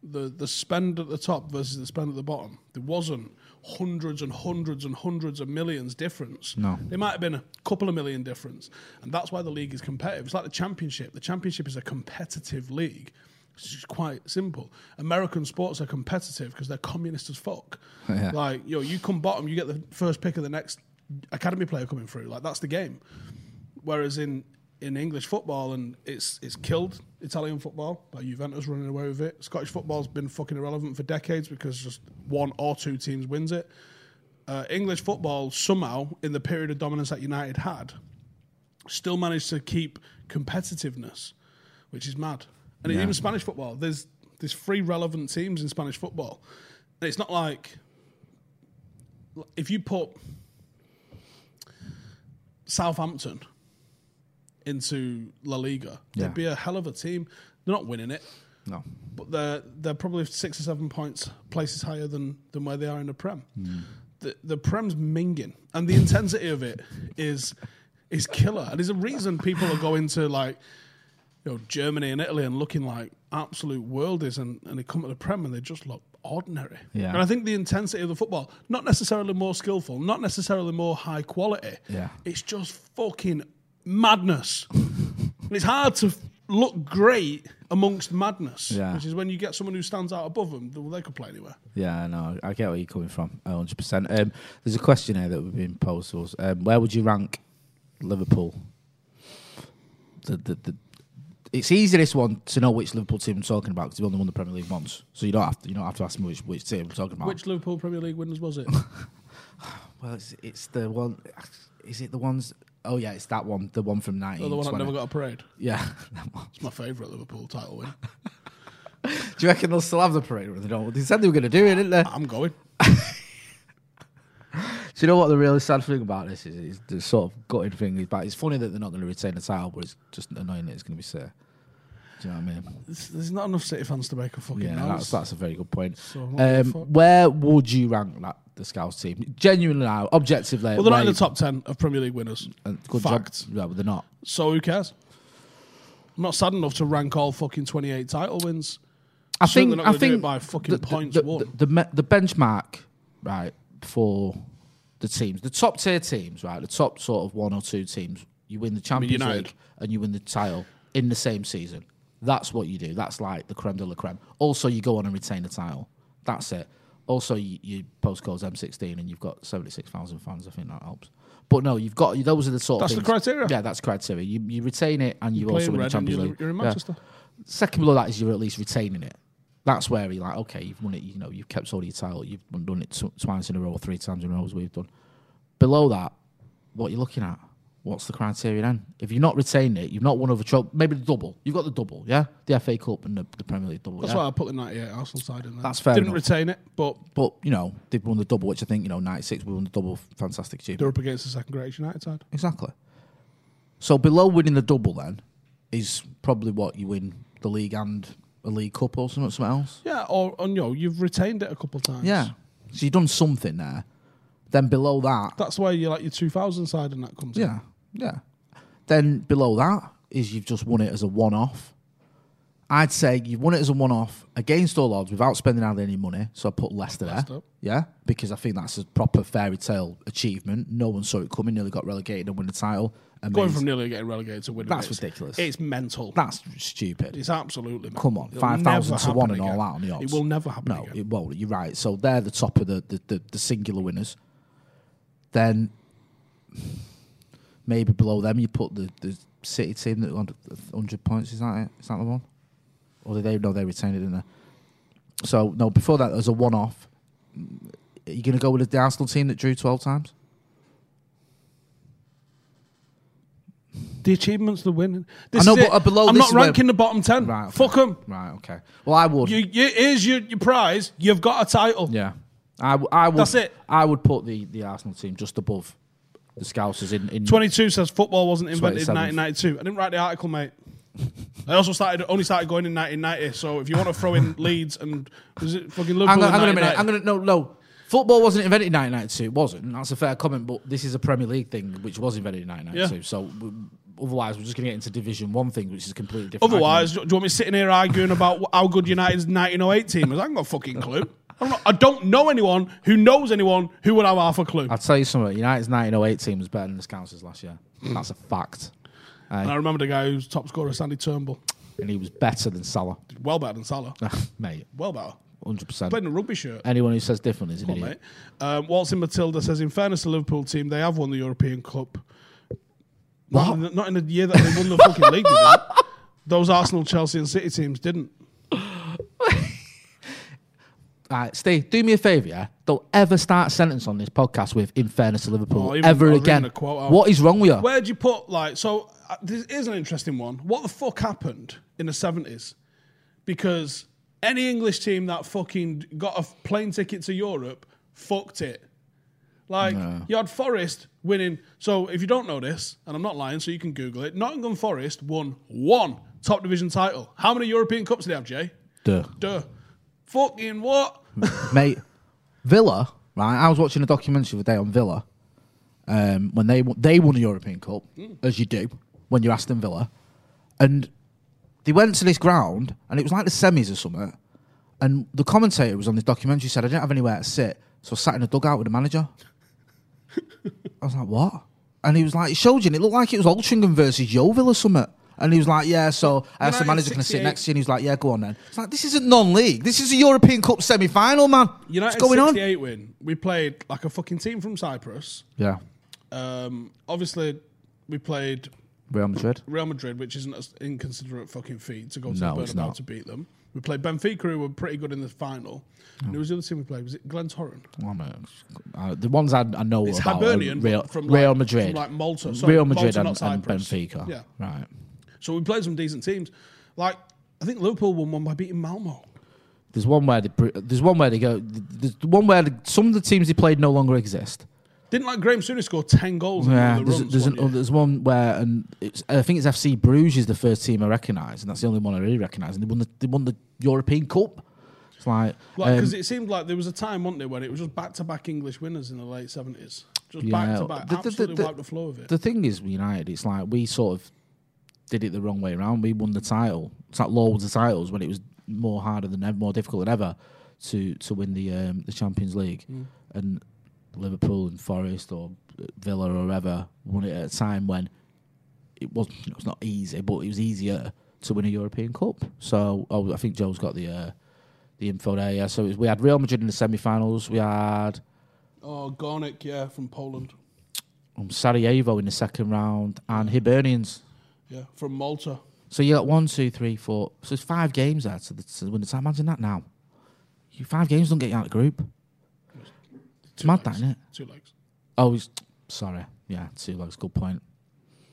B: the the spend at the top versus the spend at the bottom, there wasn't hundreds and hundreds and hundreds of millions difference.
C: No.
B: There might have been a couple of million difference. And that's why the league is competitive. It's like the championship. The championship is a competitive league. It's just quite simple. American sports are competitive because they're communist as fuck.
C: Yeah.
B: Like, yo, you come bottom, you get the first pick of the next academy player coming through. Like that's the game. Whereas in in English football, and it's it's killed Italian football. Like Juventus running away with it. Scottish football's been fucking irrelevant for decades because just one or two teams wins it. Uh, English football somehow in the period of dominance that United had, still managed to keep competitiveness, which is mad. And even Spanish football, there's there's three relevant teams in Spanish football. And it's not like if you put Southampton into La Liga,
C: Yeah.
B: they'd be a hell of a team. They're not winning it,
C: no,
B: but they're they're probably six or seven points places higher than than where they are in the Prem.
C: Hmm.
B: The the Prem's minging, and the intensity of it is is killer. And there's a reason people are going to like you know Germany and Italy and looking like absolute worldies, and and they come to the Prem and they just look ordinary.
C: Yeah.
B: And I think the intensity of the football, not necessarily more skillful, not necessarily more high quality.
C: Yeah.
B: It's just fucking madness. And it's hard to f- look great amongst madness,
C: Yeah.
B: which is when you get someone who stands out above them, well, they could play anywhere.
C: yeah, I know. I get where you're coming from, 100. percent um, There's a question here that we've been posed to us. Um, where would you rank Liverpool? The, the, the, it's easy this one to know which Liverpool team I'm talking about because we've only won the Premier League once, so you don't have to you don't have to ask me which, which team I'm talking about.
B: Which Liverpool Premier League winners was it?
C: Well, it's, it's the one. Is it the ones? Oh yeah, it's that one. The one from
B: Oh, the
C: nineteen.
B: other one that never got a parade.
C: Yeah. that one.
B: It's my favourite Liverpool title win.
C: do you
B: Ah.
C: reckon they'll still have the parade? Or they don't. They said they were going to do it, didn't they?
B: I'm going.
C: you know what the really sad thing about this is? It's the sort of gutted thing about it's funny that they're not going to retain the title, but it's just annoying that it's going to be Sir. Do you know what I mean?
B: There's- There's not enough City fans to make a fucking
C: Yeah, that's,
B: noise.
C: that's a very good point.
B: So what the
C: um,
B: fuck?
C: where would you rank that the Scouts team? Genuinely now, objectively.
B: Well, they're not in
C: where-
B: the top ten of Premier League winners.
C: uh, Good
B: Fact.
C: job. Yeah, but they're not.
B: So who cares? I'm not sad enough to rank all fucking 28 title wins.
C: I
B: Certainly
C: think
B: not
C: I
B: gonna do it
C: think
B: by fucking points
C: The,
B: won.
C: the, me- the benchmark, right, for the teams, the top tier teams, right, the top sort of one or two teams, you win the Champions
B: United.
C: League and you win the title in the same season. That's what you do. That's like the creme de la creme. Also, you go on and retain the title. That's it. Also, you, you postcodes M16 and you've got 76,000 fans. I think that helps. But no, you've got those are the sort
B: That's the
C: of things-
B: criteria.
C: Yeah, that's criteria. You, you retain it and you
B: Play
C: also
B: in
C: win the
B: red and
C: Champions
B: you're,
C: League.
B: you're in
C: Yeah.
B: Manchester.
C: Second below that is you're at least retaining it. That's where you're like, okay, you've won it. You know, you've kept hold of your title. You've done it tw- twice in a row, or three times in a row, as we've done. Below that, what you're looking at? What's the criteria then? If you're not retaining it, you've not won over trophy. Maybe the double. You've got the double, yeah. The FA Cup and the, the Premier League double.
B: That's
C: yeah?
B: why I put the 98 Arsenal side in there.
C: That's fair
B: Didn't
C: enough.
B: retain it, but
C: But you know, they've won the double, which I think you know, '96 we won the double. Fantastic achievement.
B: they're up against the second greatest United side.
C: Exactly. So below winning the double then is probably what you win the league and a league cup or something, something else.
B: Yeah, or, or no, you've retained it a couple of times.
C: Yeah. So you've done something there. Then below that,
B: That's why you like your 2000 side and that comes in.
C: yeah, yeah. Then below that is you've just won it as a one off. I'd say you've won it as a one off against all odds without spending hardly any money. So I put Leicester, there.
B: Leicester.
C: Yeah. Because I think that's a proper fairy tale achievement. No one saw it coming, nearly got relegated and won the title.
B: Going
C: Amazing.
B: from nearly getting relegated to winning.
C: That's
B: it's-
C: ridiculous.
B: It's mental.
C: that's stupid.
B: It's absolutely mental.
C: Come on,
B: It'll
C: five thousand
B: never
C: to one
B: happen
C: and all
B: again.
C: out on the odds.
B: It will never happen
C: No,
B: again.
C: it won't. You're right. So they're the top of the the, the, the singular winners. Then maybe below them you put the, the City team that won hundred points. Is that it? Is that the one? Or did they? No, they retained it in there. So no, before that as a one off. Are you going to go with the Arsenal team that drew twelve times?
B: The achievements, the winning. This
C: I know,
B: is it.
C: but, uh, below
B: I'm
C: this
B: not
C: is where-
B: ranking the bottom ten.
C: Right, okay.
B: Fuck them.
C: Right. Okay. Well, I would.
B: You, you, here's your, your prize. You've got a title.
C: Yeah, I, w- I would.
B: That's it.
C: I would put the, the Arsenal team just above the Scousers in in
B: 22 says football wasn't invented in
C: 27th.
B: 1992. I didn't write the article, mate. I also started only started going in 1990. So if you want to throw in Leeds and was it fucking Liverpool?
C: Hang on,
B: in
C: hang on a minute.
B: 1990?
C: I'm gonna no no. Football wasn't invented in 1992. It wasn't. That's a fair comment, but this is a Premier League thing which was invented in
B: Yeah.
C: 1992. So w otherwise, we're just gonna get into Division One thing, which is a completely different.
B: Otherwise, do you want me sitting here arguing about wh- how good United's 1908 team is? I ain't got a fucking clue. I'm not, I don't know anyone who knows anyone who would have half a clue.
C: I'll tell you something. United's 1908 team was better than the Scousers last year.
B: Hmm.
C: That's a fact,
B: And I remember the guy who's top scorer, Sandy Turnbull.
C: and he was better than Salah,
B: Well better than Salah.
C: mate.
B: Well better.
C: 100. percent
B: Played in a rugby shirt.
C: Anyone who says different is an
B: Come on,
C: idiot.
B: mate. Um, Waltzing Matilda says, in fairness to Liverpool team, they have won the European Cup. Not, in the, not in the year that they won the fucking league. they didn't. Those Arsenal, Chelsea, and City teams didn't.
C: All right, Steve, do me a favour, yeah? Don't ever start a sentence on this podcast with, in fairness to Liverpool,
B: Oh, even- I
C: ever
B: was reading
C: again.
B: a quote out.
C: What is wrong with you?
B: Where'd you put like so? Uh, this is an interesting one. What the fuck happened in the seventies? Because any English team that fucking got a f- plane ticket to Europe fucked it. Like you had Forest winning. So if you don't know this, and I'm not lying, so you can Google it. Nottingham Forest won one top division title. How many European cups did they have, Jay?
C: Duh.
B: Duh. Fucking what?
C: Mate, Villa, right? I was watching a documentary the other day on Villa um, when they, won- they won the European Cup, as you do when you're Aston Villa. And they went to this ground, and it was like the semis or something. And the commentator was on this documentary said, I didn't have anywhere to sit, so I sat in a dugout with the manager. I was like, what? And he was like, it showed you, and it looked like it was Altrincham versus Yeovil or something. And he was like, yeah, so I asked the manager, can I sit
B: 1968.
C: next to you? And he was like, yeah, go on then. It's like, this isn't non league. This is a European Cup semi final, man.
B: United
C: What's going on?
B: 68 win. We played like a fucking team from Cyprus.
C: Yeah,
B: Um, obviously, we played
C: Real Madrid.
B: Real Madrid, which isn't an inconsiderate fucking feat to go to
C: No,
B: the
C: it's
B: Bernabeu
C: not.
B: to beat them. We played Benfica, who were pretty good in the final. And who was the other team we played? Was it Glen Torren?
C: Well, mate, it's- Oh, uh, the ones I, I know
B: It's
C: about are
B: Hibernian,
C: Real,
B: but from
C: Real
B: like-
C: Madrid,
B: from like Malta. Sorry,
C: Real
B: Malta,
C: Madrid,
B: not
C: and, and
B: Cyprus.
C: Benfica.
B: Yeah.
C: right.
B: So we played some decent teams. Like, I think Liverpool won one by beating Malmo.
C: There's one where they, br- there's one where they go. There's one where the, some of the teams they played no longer exist.
B: Didn't like Graham Souness score ten goals.
C: Yeah,
B: in the
C: there's,
B: runs
C: there's,
B: one
C: an,
B: year.
C: oh, there's one where, and it's, I think it's FC Bruges is the first team I recognise, and that's the only one I really recognise. And they won the they won the European Cup. It's like, um,
B: Because it seemed like there was a time, wasn't there, when it was just back to back English winners in the late seventies, just back
C: Yeah.
B: to back,
C: The- the- the-
B: absolutely
C: the-
B: wiped the floor of it.
C: the thing is, with United, it's like we sort of did it the wrong way around. We won the title, it's like loads of titles when it was more harder than ever, more difficult than ever to to win the um, the Champions League. And Liverpool and Forest or uh, Villa or whoever won it at a time when it was you know, it's not easy, but it was easier to win a European Cup. So oh, I think Joe's got the uh, the info there. Yeah, so it was, we had Real Madrid in the semi-finals. We had
B: oh, Gornick, yeah, from Poland,
C: um, Sarajevo in the second round and Hibernians.
B: yeah, from Malta.
C: So you got one, two, three, four. So it's five games there to, the, to win the time. Imagine that now. You five games don't get you out of the group. It's mad, that,
B: legs.
C: isn't it?
B: Two legs.
C: Oh, he's, sorry. Yeah, two legs. Good point.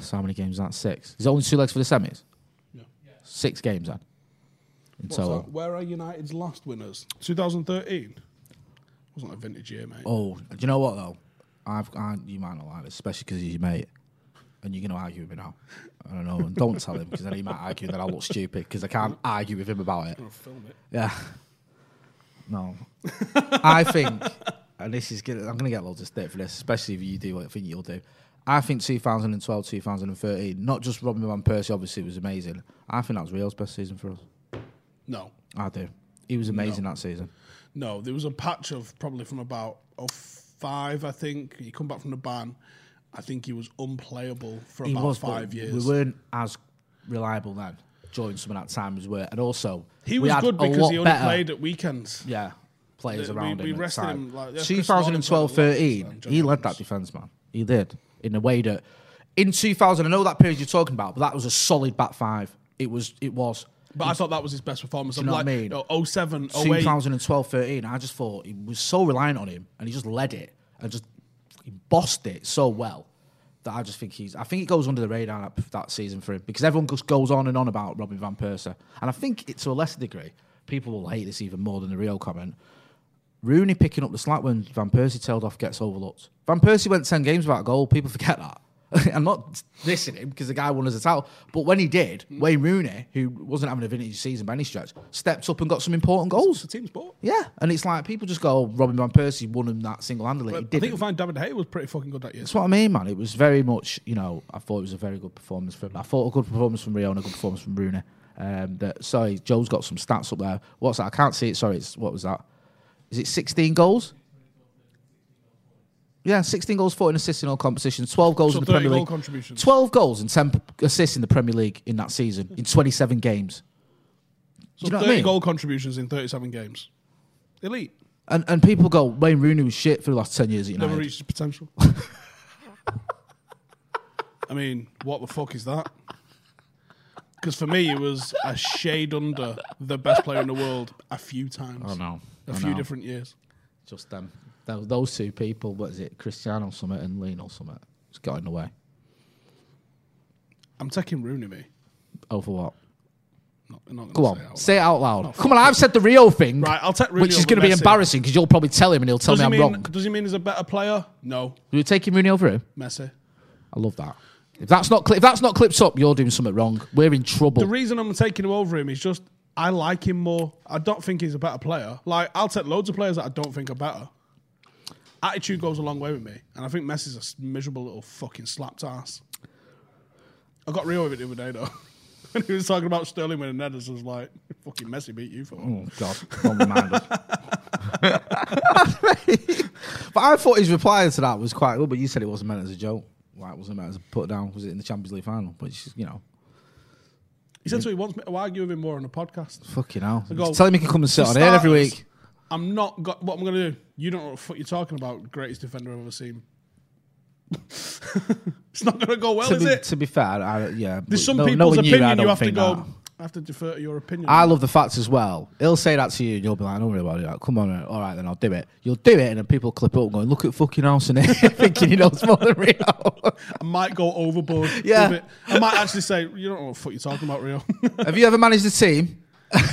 C: So how many games is that? Six. Is it only two legs for the semis?
B: Yeah.
C: Six games then. In
B: What's
C: total.
B: that? Where are United's last winners? 2013. Wasn't a vintage year, mate.
C: Oh, do you know what though? I've I, you might not like this, especially because he's your mate, and you're gonna argue with me now. I don't know, and don't tell him because then he might argue that I look stupid because I can't argue with him about it.
B: I'll film it.
C: Yeah. No. I think, and this is gonna, I'm going to get loads of stick for this, especially if you do what I think you'll do. I think 2012, 2013, not just Robin Van Persie, obviously, was amazing. I think that was Real's best season for us.
B: No,
C: I do. He was amazing that season.
B: no. There was a patch of probably from about oh five, I think. He come back from the ban. I think he was unplayable for
C: He
B: about
C: was but
B: five years.
C: We weren't as reliable then during some of that time as we were. And also,
B: he
C: we
B: was
C: had
B: good
C: a lot
B: because he only
C: better-
B: played at weekends.
C: yeah, players
B: We-
C: around
B: we
C: him. at the
B: rested
C: time.
B: him, like, yeah, Chris Smalling
C: 2012
B: played a lot at the
C: 13,
B: time,
C: he led that defence, man. He did. In a way that, in 2000, I know that period you're talking about, but that was a solid back five. It was, it was.
B: But I thought that was his best performance. I'm
C: know
B: like,
C: what I mean?
B: no, 07, 08.
C: 2012 13, I just thought he was so reliant on him and he just led it and just he bossed it so well that I just think he's. I think it goes under the radar that, that season for him because everyone just goes on and on about Robin Van Persie. And I think it, to a lesser degree, people will hate this even more than the real comment. Rooney picking up the slack when Van Persie tailed off gets overlooked. Van Persie went 10 games without a goal. People forget that. I'm not dissing him because the guy won us a title. But when he did,
B: Mm.
C: Wayne Rooney, who wasn't having a vintage season by any stretch, stepped up and got some important
B: It's
C: goals.
B: a team sport.
C: Yeah. And it's like people just go, oh, Robin Van Persie won him that single handedly. He
B: But I
C: didn't.
B: think you'll find David Hay was pretty fucking good that year.
C: That's what I mean, man. It was very much, you know, I thought it was a very good performance from. I thought a good performance from Rio and a good performance from Rooney. Um, that sorry, Joe's got some stats up there. What's that? I can't see it. Sorry, it's what was that? Is it sixteen goals? Yeah, sixteen goals, fourteen assists in all competitions, twelve goals
B: So
C: in the
B: 30
C: Premier
B: goal
C: League,
B: contributions.
C: twelve goals and ten p- assists in the Premier League in that season in twenty-seven games.
B: So
C: you know what I
B: 30
C: mean?
B: goal contributions in 37 games. Elite.
C: And and people go, Wayne Rooney was shit for the last ten years at
B: Never
C: United.
B: reached his potential. I mean, what the fuck is that? Because for me, it was a shade under the best player in the world a few times.
C: I know.
B: A
C: I
B: few
C: know.
B: different years.
C: just them. Tho- Those two people, what is it, Cristiano Summit and Lionel Summit, just got in the way.
B: I'm taking Rooney, me.
C: Oh, for what?
B: Not, not gonna
C: Go
B: say it out Oh.
C: on, say it out loud. Come on, I've said the Rio thing,
B: Right, I'll take Rooney
C: which is
B: over
C: going to be
B: Messi.
C: embarrassing because you'll probably tell him and he'll tell
B: loud. does,
C: me
B: he
C: I'm
B: mean,
C: wrong.
B: does he mean he's a better player? No.
C: You're taking Rooney over him.
B: Messi.
C: I love that. If that's not cli- if that's not clipped up, you're doing something wrong. We're in trouble.
B: The reason I'm taking him over him is just I like him more. I don't think he's a better player. Like I'll take loads of players that I don't think are better. Attitude goes a long way with me, and I think Messi's a s- miserable little fucking slapped ass. I got real with it the other day though. When he was talking about Sterling winning headers, I was like, "Fucking Messi beat you for."
C: oh God, don't remind us. but I thought his reply to that was quite good. But you said it wasn't meant as a joke. Why it wasn't meant as a put down? Was it in the Champions League final? Which you know,
B: He said so. He wants me to argue with him more on the podcast.
C: fucking hell.
B: go-
C: Tell him he can come and sit
B: For
C: on it every
B: starters,
C: week.
B: I'm not. Got, what I'm going to do? You don't know what the fuck you're talking about. Greatest defender I've ever seen. it's not going to go well,
C: to
B: is
C: be,
B: it?
C: to be fair, I, yeah.
B: There's some
C: no-
B: people's
C: knowing you, I
B: opinion. You,
C: don't
B: have to
C: think
B: go.
C: that.
B: I have to defer to your opinion.
C: I love the facts as well. He'll say that to you, and you'll be like, "I don't really want to do that. Come on, all right, then I'll do it." You'll do it, and then people clip up and going, "Look at fucking house and thinking he knows more than Rio."
B: I might go overboard.
C: Yeah.
B: with it. I might actually say you don't know what the fuck you're talking about, Rio.
C: have you ever managed a team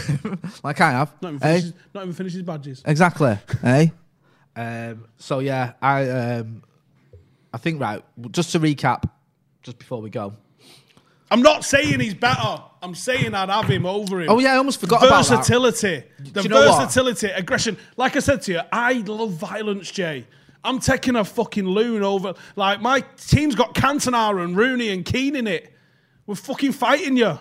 C: like I have?
B: not, even
C: Eh?
B: finishes, not even finishes badges.
C: Exactly. hey. Um, so yeah, I um, I think right. Just to recap, just before we go.
B: I'm not saying he's better. I'm saying I'd have him over him.
C: Oh yeah, I almost forgot about that.
B: versatility. The
C: you know what?
B: versatility, aggression. Like I said to you, I love violence, Jay. I'm taking a fucking loon over. Like my team's got Cantona and Rooney and Keane in it. We're fucking fighting you.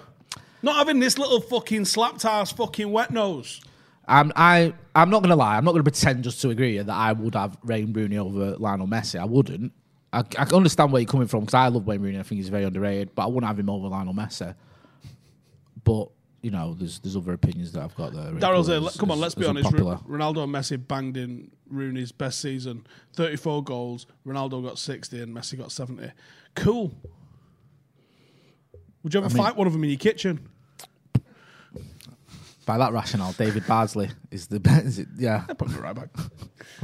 B: Not having this little fucking slapped ass fucking wet nose.
C: I'm I I'm not gonna lie. I'm not gonna pretend just to agree that I would have Wayne Rooney over Lionel Messi. I wouldn't. I, I can understand where you're coming from because I love Wayne Rooney. I think he's very underrated, but I wouldn't have him over Lionel Messi. But you know, there's there's other opinions that I've got there.
B: Daryl's
C: It's-
B: here. Come on,
C: it's-
B: let's be
C: it's
B: honest. Ro-
C: unpopular.
B: Ronaldo and Messi banged in Rooney's best season. 34 goals. Ronaldo got 60 and Messi got 70. Cool. Would you ever fight one of them in your kitchen?
C: By that rationale, David Barsley is the best. Is it, yeah,
B: I'd probably be right back.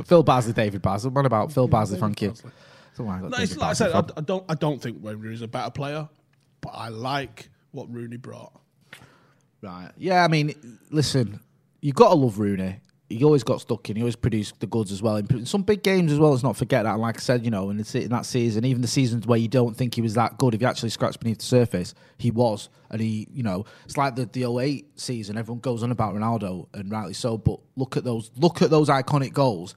C: Phil Barsley, David Barsley. What about Phil Barsley? Thank you.
B: Barsley.
C: So why I got
B: No,
C: David
B: it's, like I
C: Barsley
B: said, I,
C: from?
B: I don't, I don't think Wayne Rooney's a better player, but I like what Rooney brought.
C: Right. Yeah, I mean, listen, you've got to love Rooney. He always got stuck in. He always produced the goods as well. In some big games as well, let's not forget that. And like I said, you know, in, the, se- in that season, even the seasons where you don't think he was that good, if you actually scratch beneath the surface, he was. And he, you know, it's like the, the 08 season. Everyone goes on about Ronaldo, and rightly so. But look at those, look at those iconic goals.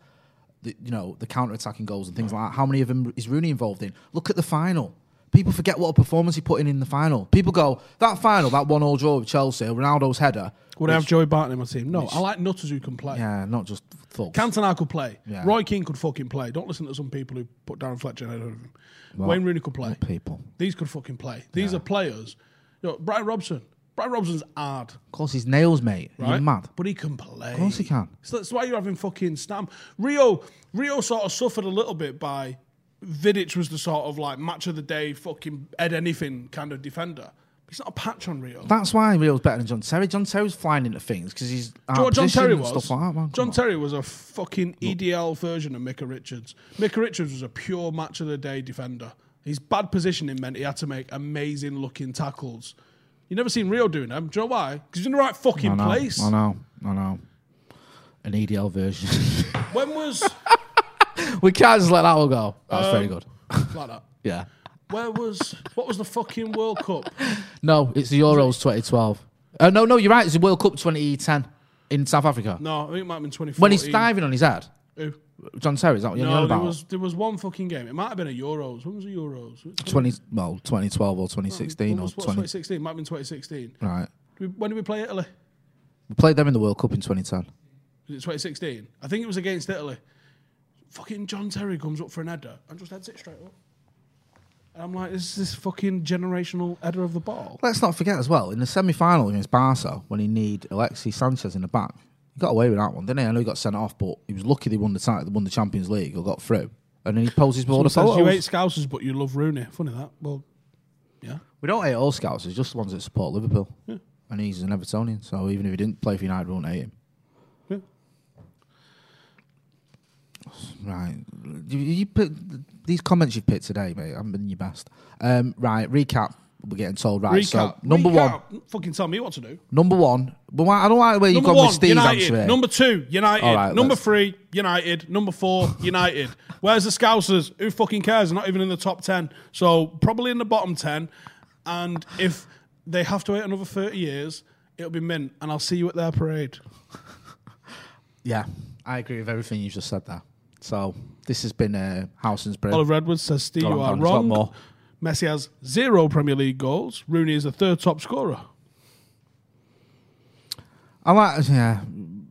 C: The, you know, the counter-attacking goals and things like that. How many of them is Rooney involved in? Look at the final. People forget what a performance he put in in the final. People go, that final, that one-all draw with Chelsea, Ronaldo's header.
B: Would I have Joey Barton in my team? No, I like nutters who can play.
C: Yeah, not just thugs.
B: Cantona could play.
C: Yeah.
B: Roy Keane could fucking play. Don't listen to some people who put Darren Fletcher ahead of him. Wayne Rooney could play.
C: people.
B: These could fucking play. These are players. You know, Brian Robson. Brian Robson's hard,
C: Of course, he's nails, mate.
B: right?
C: You're mad.
B: But he can play. Of
C: course he can.
B: So that's why you're having fucking Stam. Rio Rio sort of suffered a little bit by Vidic was the sort of like match of the day, fucking Ed anything kind of defender. He's not a patch on Rio.
C: That's why Rio's better than John Terry. John Terry's flying into things because he's
B: Do
C: out
B: you know
C: of
B: what John
C: position
B: Terry
C: and
B: was?
C: stuff like that, man. Come
B: John
C: on.
B: Terry was a fucking EDL version of Micah Richards. Micah Richards was a pure match of the day defender. His bad positioning meant he had to make amazing looking tackles. You never seen Rio doing them. Do you know why? Because he's in the right fucking
C: I know,
B: place.
C: I know. I know. An EDL version.
B: When was
C: we can't just let that one go. That's very
B: Um,
C: good.
B: like that?
C: Yeah.
B: Where was what was the fucking World Cup?
C: No, it's the Euros 2012. Uh, no, no, you're right. It's the World Cup 2010 in South Africa.
B: No, I think it might have been twenty four.
C: When he's diving on his head.
B: Who?
C: John Terry, is that what you're on
B: No, there
C: about?
B: was there was one fucking game. It might have been a Euros. When was the Euros? When
C: 20, well, 2012 or 2016 or
B: was- what's
C: 20.
B: 2016? Might have been 2016.
C: Right.
B: Did we- When did we play Italy?
C: We played them in the World Cup in 2010.
B: Was it 2016? I think it was against Italy. Fucking John Terry comes up for an header and just heads it straight up. And I'm like, this is this fucking generational header of the ball.
C: Let's not forget as well in the semi final against Barca when he need Alexis Sanchez in the back. He got away with that one, didn't he? I know he got sent off, but he was lucky they won the title, they won the Champions League or got through. And then he poses with all the
B: Says you hate
C: photos.
B: Scousers, but you love Rooney. Funny that. Well, yeah.
C: We don't hate all scouts, it's just the ones that support Liverpool. And he's an Evertonian, so even if he didn't play for United, we won't hate him.
B: Yeah.
C: Right. You, you put these comments you've picked today, mate, haven't been your best. Um, right, recap. We're getting told, right? So,
B: Recap.
C: number one,
B: Recap. Fucking tell me what to do.
C: number one. But why, I don't like the way you've
B: Number
C: gone
B: one,
C: with Steve's answer
B: United.
C: here.
B: Number two, United.
C: All right,
B: Number
C: let's-
B: three, United. Number four, United. Where's the Scousers? Who fucking cares? They're not even in the top ten. So probably in the bottom ten. And if they have to wait another thirty years, it'll be mint. And I'll see you at their parade.
C: Yeah, I agree with everything you've just said there. So this has been uh, Howson's Bread.
B: Oliver Edwards says, "Steve,
C: Go on,
B: you are
C: go on,
B: wrong."
C: there's a lot
B: Messi has zero Premier League goals. Rooney is the third top scorer.
C: I like, yeah,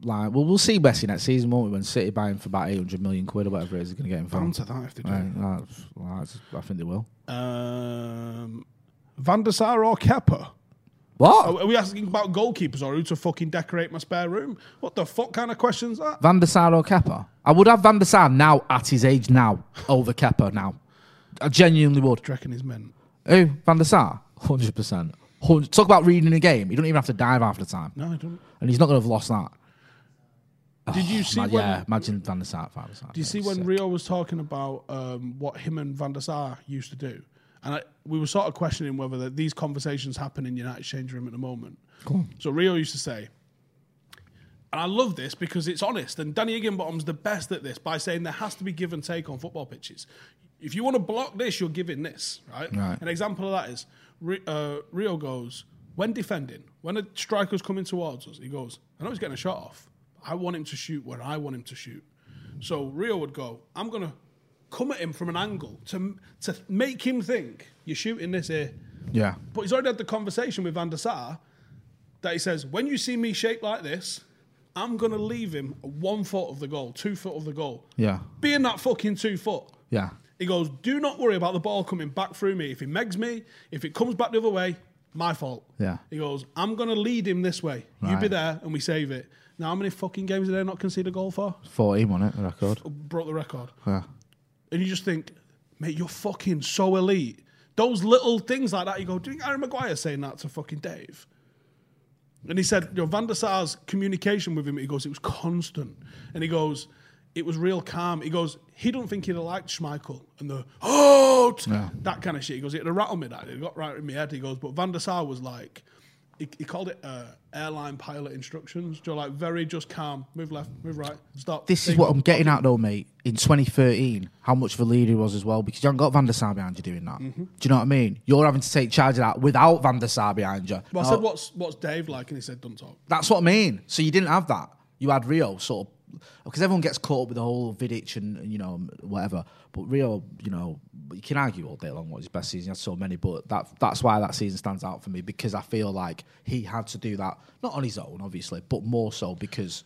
C: like, well, we'll see Messi next season, won't we? When City buy him for about 800 million quid or whatever it is, he's going to get him
B: Down
C: from.
B: to that if they do.
C: Right, that's- well, that's- I think they will.
B: Um, Van der Sar or Kepa?
C: What?
B: Are we asking about goalkeepers or who to fucking decorate my spare room? What the fuck kind of questions is that?
C: Van der Sar or Kepa? I would have Van der Sar now at his age now over Kepa now. I genuinely would.
B: Do you reckon he's meant?
C: Oh, Van der Sar? 100%. Hun- Talk about reading a game. You don't even have to dive half the time.
B: No, I don't.
C: And he's not going to have lost that.
B: Did you see
C: Ma-
B: when?
C: yeah, imagine Van der Sar at Van der Sar.
B: Do you see when Rio was talking about um, what him and Van der Sar used to do? And I, we were sort of questioning whether that these conversations happen in United change room at the moment. So Rio used to say, And I love this because it's honest. And Danny Higginbottom's the best at this by saying there has to be give and take on football pitches. If you want to block this, you're giving this, right?
C: Right.
B: An example of that is Ri- uh, Rio goes, when defending, when a striker's coming towards us, he goes, I know he's getting a shot off. I want him to shoot where I want him to shoot. So Rio would go, I'm going to come at him from an angle to, to make him think you're shooting this here.
C: Yeah.
B: But he's already had the conversation with Van der Sar that he says, when you see me shaped like this, I'm going to leave him one foot of the goal, two foot of the goal.
C: Yeah.
B: Being that fucking two foot.
C: Yeah.
B: He goes, do not worry about the ball coming back through me. If he megs me, if it comes back the other way, my fault.
C: Yeah.
B: He goes, I'm going to lead him this way. You be
C: Right.
B: there and we save it. Now, how many fucking games did they not concede a goal for?
C: 14 on it, the record.
B: Broke the record
C: Yeah.
B: and you just think, mate, you're fucking so elite. Those little things like that, you go, do you think Harry Maguire saying that to fucking Dave? And he said, you know, Van der Sar's communication with him, he goes, it was constant. And he goes, it was real calm. He goes, he don't think he'd have liked Schmeichel and the, oh, t-
C: Yeah.
B: that kind of shit. He goes, it'd have rattled me that. It got right in my head. He goes, but Van der Sar was like, he, he called it uh, airline pilot instructions. You're like very just calm, move left, move right, stop.
C: This
B: There
C: is
B: you
C: what
B: go.
C: I'm getting at, though, mate. In 2013, how much of a leader he was as well, because you haven't got Van der Sar behind you doing that.
B: Mm-hmm.
C: Do you know what I mean? You're having to take charge of that without Van der Sar behind you.
B: Well, I
C: Now-
B: said, what's, what's Dave like? And he said, don't talk.
C: That's what I mean. So you didn't have that. You had Rio sort of because everyone gets caught up with the whole Vidic and and, you know whatever. But Rio, you know, you can argue all day long what his best season. He had so many, but that that's why that season stands out for me because I feel like he had to do that not on his own, obviously, but more so because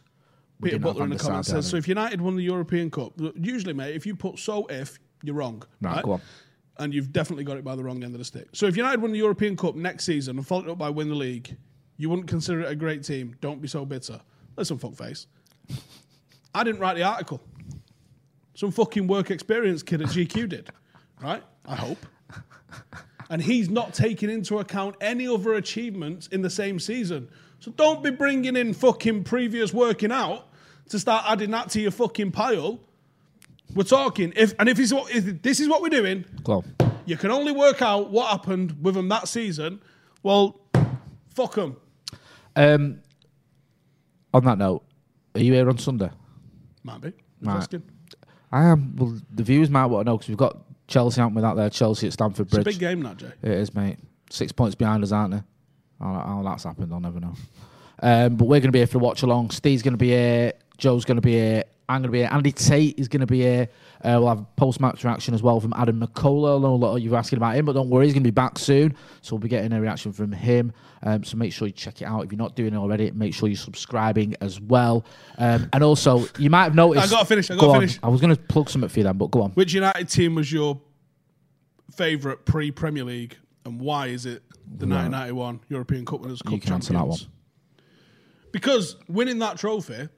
C: we
B: Peter
C: didn't
B: Butler in
C: have
B: the
C: Van der
B: comments
C: Sar
B: says, so
C: behind
B: if United won the European Cup, usually, mate, if you put so if, you're wrong.
C: Right,
B: Right,
C: go on.
B: And you've definitely got it by the wrong end of the stick. So if United won the European Cup next season and followed it up by win the league, you wouldn't consider it a great team. Don't be so bitter. Listen, fuckface. I didn't write the article. Some fucking work experience kid at GQ did. Right? I hope. And he's not taking into account any other achievements in the same season. So don't be bringing in fucking previous working out to start adding that to your fucking pile. We're talking if and if, it's what, if this is what we're doing,
C: him. Go on.
B: you can only work out what happened with them that season. Well, fuck them.
C: Um, on that note, are you here on Sunday?
B: Might be.
C: Right.
B: Interesting.
C: I am. Well, the viewers might want to know because we've got Chelsea out without there. Chelsea at Stamford
B: It's a
C: Bridge.
B: big game that, Jay.
C: It is, mate. Six points behind us, aren't they? How, how that's happened, I'll never know. Um, but we're going to be here for the watch along. Steve's going to be here. Joe's going to be here. I'm going to be here. Andy Tate is going to be here. Uh, we'll have post match reaction as well from Adam McCullough. I know a lot of you were asking about him, but don't worry, he's going to be back soon. So we'll be getting a reaction from him. Um, so make sure you check it out. If you're not doing it already, make sure you're subscribing as well. Um, and also, you might have noticed.
B: I gotta finish, I
C: Go
B: gotta
C: on.
B: finish.
C: I was going to plug something for you then, but go on.
B: Which United team was your favourite pre Premier League and why is it the 1991 European Cup Winners' Cup
C: You can
B: champions?
C: answer that
B: Because winning that trophy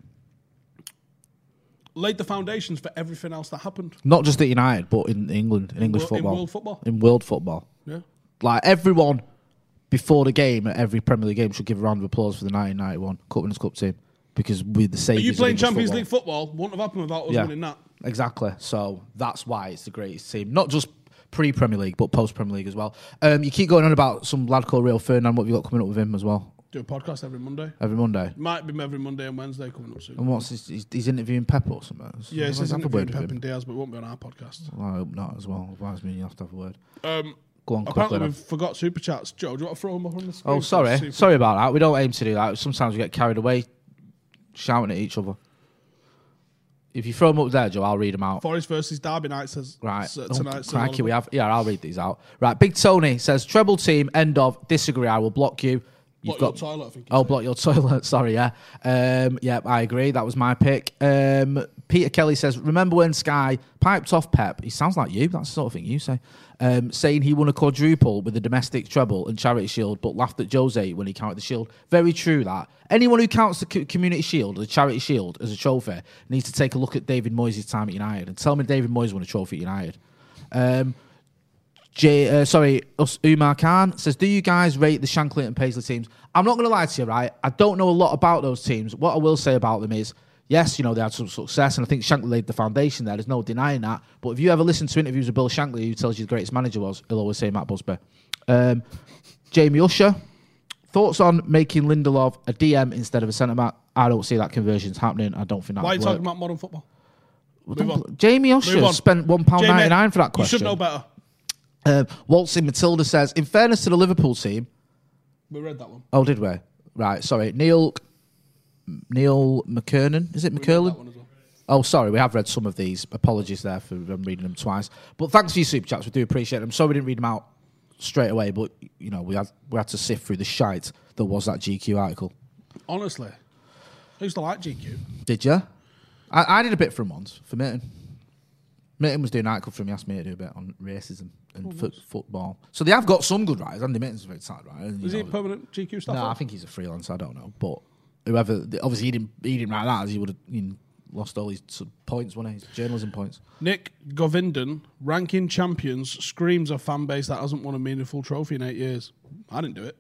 B: laid the foundations for everything else that happened.
C: Not just at United, but in England, in English
B: Well, in
C: football.
B: world football.
C: In world football.
B: Yeah.
C: Like everyone before the game at every Premier League game should give a round of applause for the 1991 Cup Winners Cup team because we're the same.
B: But you playing Champions League football wouldn't have happened without us winning that.
C: Exactly. So that's why it's the greatest team. Not just pre Premier League, but post Premier League as well. Um, you keep going on about some lad called Real Ferdinand. What have you got coming up with him as well
B: Do a podcast every Monday.
C: every Monday?
B: Might be every Monday and Wednesday coming up soon.
C: And what's his, he's, he's interviewing Pep or something?
B: Yeah, it's
C: Have
B: his
C: a
B: interview with
C: word with
B: Pep
C: him.
B: and Diaz, but it won't be on our podcast.
C: Well, I hope not as well. Otherwise, me and you have to have a word.
B: Um,
C: Go on, quickly.
B: apparently,
C: then.
B: we've forgot super chats. Joe, do you want to throw them up on the screen?
C: Oh, sorry.
B: Super-
C: Sorry about that. We don't aim to do that. Sometimes we get carried away shouting at each other. If you throw them up there, Joe, I'll read them out.
B: Forest versus Derby night says
C: Right.
B: so
C: Oh,
B: tonight. says
C: crikey, we
B: Oliver.
C: have. Yeah, I'll read these out. Right. Big Tony says, treble team, end of, disagree, I will block you. You've
B: Block your toilet, I think he
C: Oh,
B: said.
C: block your toilet. Sorry, yeah. Um, yeah, I agree. That was my pick. Um, Peter Kelly says, remember when Sky piped off Pep? He sounds like you. That's the sort of thing you say. Um, saying he won a quadruple with the domestic treble and charity shield, but laughed at Jose when he counted the shield. Very true, that. Anyone who counts the co- community shield or the charity shield as a trophy needs to take a look at David Moyes' time at United and tell me David Moyes won a trophy at United. Um, J, uh, sorry, us, Umar Khan says, "Do you guys rate the Shankly and Paisley teams?" I'm not going to lie to you, right? I don't know a lot about those teams. What I will say about them is, yes, you know they had some success, and I think Shankly laid the foundation there. There's no denying that. But if you ever listen to interviews with Bill Shankly, who tells you the greatest manager was, he'll always say Matt Busby. Um, Jamie Usher Thoughts on making Lindelof a DM instead of a centre back? I don't see that conversion's happening. I don't think that.
B: Why are
C: Why
B: you talking about modern football? Move on.
C: Jamie
B: Move
C: Osher
B: on.
C: spent one pound
B: Jamie,
C: ninety nine for that question.
B: You should know better.
C: Uh, Waltzing Matilda says, in fairness to the Liverpool team,
B: We read that one.
C: oh, did we? Right, sorry. Neil Neil McKernan, is it
B: That
C: McKernan?
B: one as well.
C: Oh, sorry, we have read some of these. Apologies there for um, reading them twice. But thanks for your super chats, we do appreciate them. Sorry we didn't read them out straight away, but you know we had we had to sift through the shite that was that GQ article.
B: Honestly, I used to like GQ.
C: Did you? I, I did a bit from once for Mitten. Mitten was doing an article from. He asked me to do a bit on racism and foot football. So they have got some good writers. Andy Mitten's a very tight writer. and, you
B: Is he a
C: know,
B: permanent GQ staff?
C: No, I think he's a freelancer. I don't know, but whoever obviously he didn't he didn't write that as he would have you know, lost all his sort of points, wouldn't he? His journalism points.
B: Nick Govindan, ranking champions, screams a fan base that hasn't won a meaningful trophy in eight years. I didn't do it.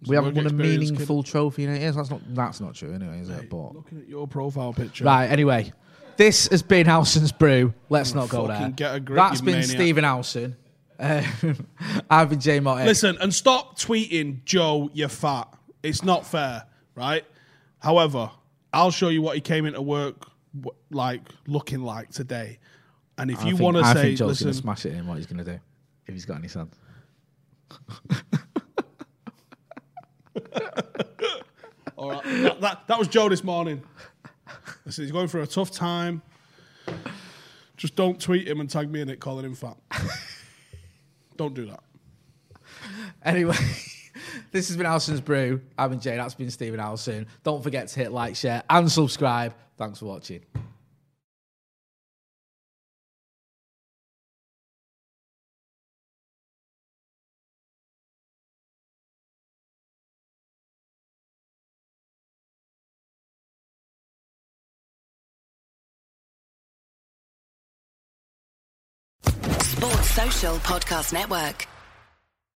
B: It's
C: we haven't
B: work
C: won a
B: experience,
C: meaningful trophy in eight years. That's not that's not true anyway, is it? But
B: kid. Looking at your profile picture.
C: right, anyway. This has been Howson's brew. Let's not go there.
B: fucking get a grip,
C: That's
B: you
C: been
B: maniac.
C: Stephen Howson. Uh, I've been Jay Mottet.
B: Listen, and stop tweeting, Joe, you're fat. It's not fair, right? However, I'll show you what he came into work w- like looking like today. And if
C: I
B: you
C: think-
B: want to
C: I
B: say,
C: think Joe's gonna
B: listen,
C: smash it in what he's gonna do if he's got any sons.
B: all right, that, that, that was Joe this morning. Listen, he's going through a tough time. Just don't tweet him and tag me in it, calling him fat. don't do that.
C: Anyway, this has been Alison's Brew. I've been Jay. That's been Stephen Alison. Don't forget to hit like, share, and subscribe. Thanks for watching.
A: Sports Social Podcast Network.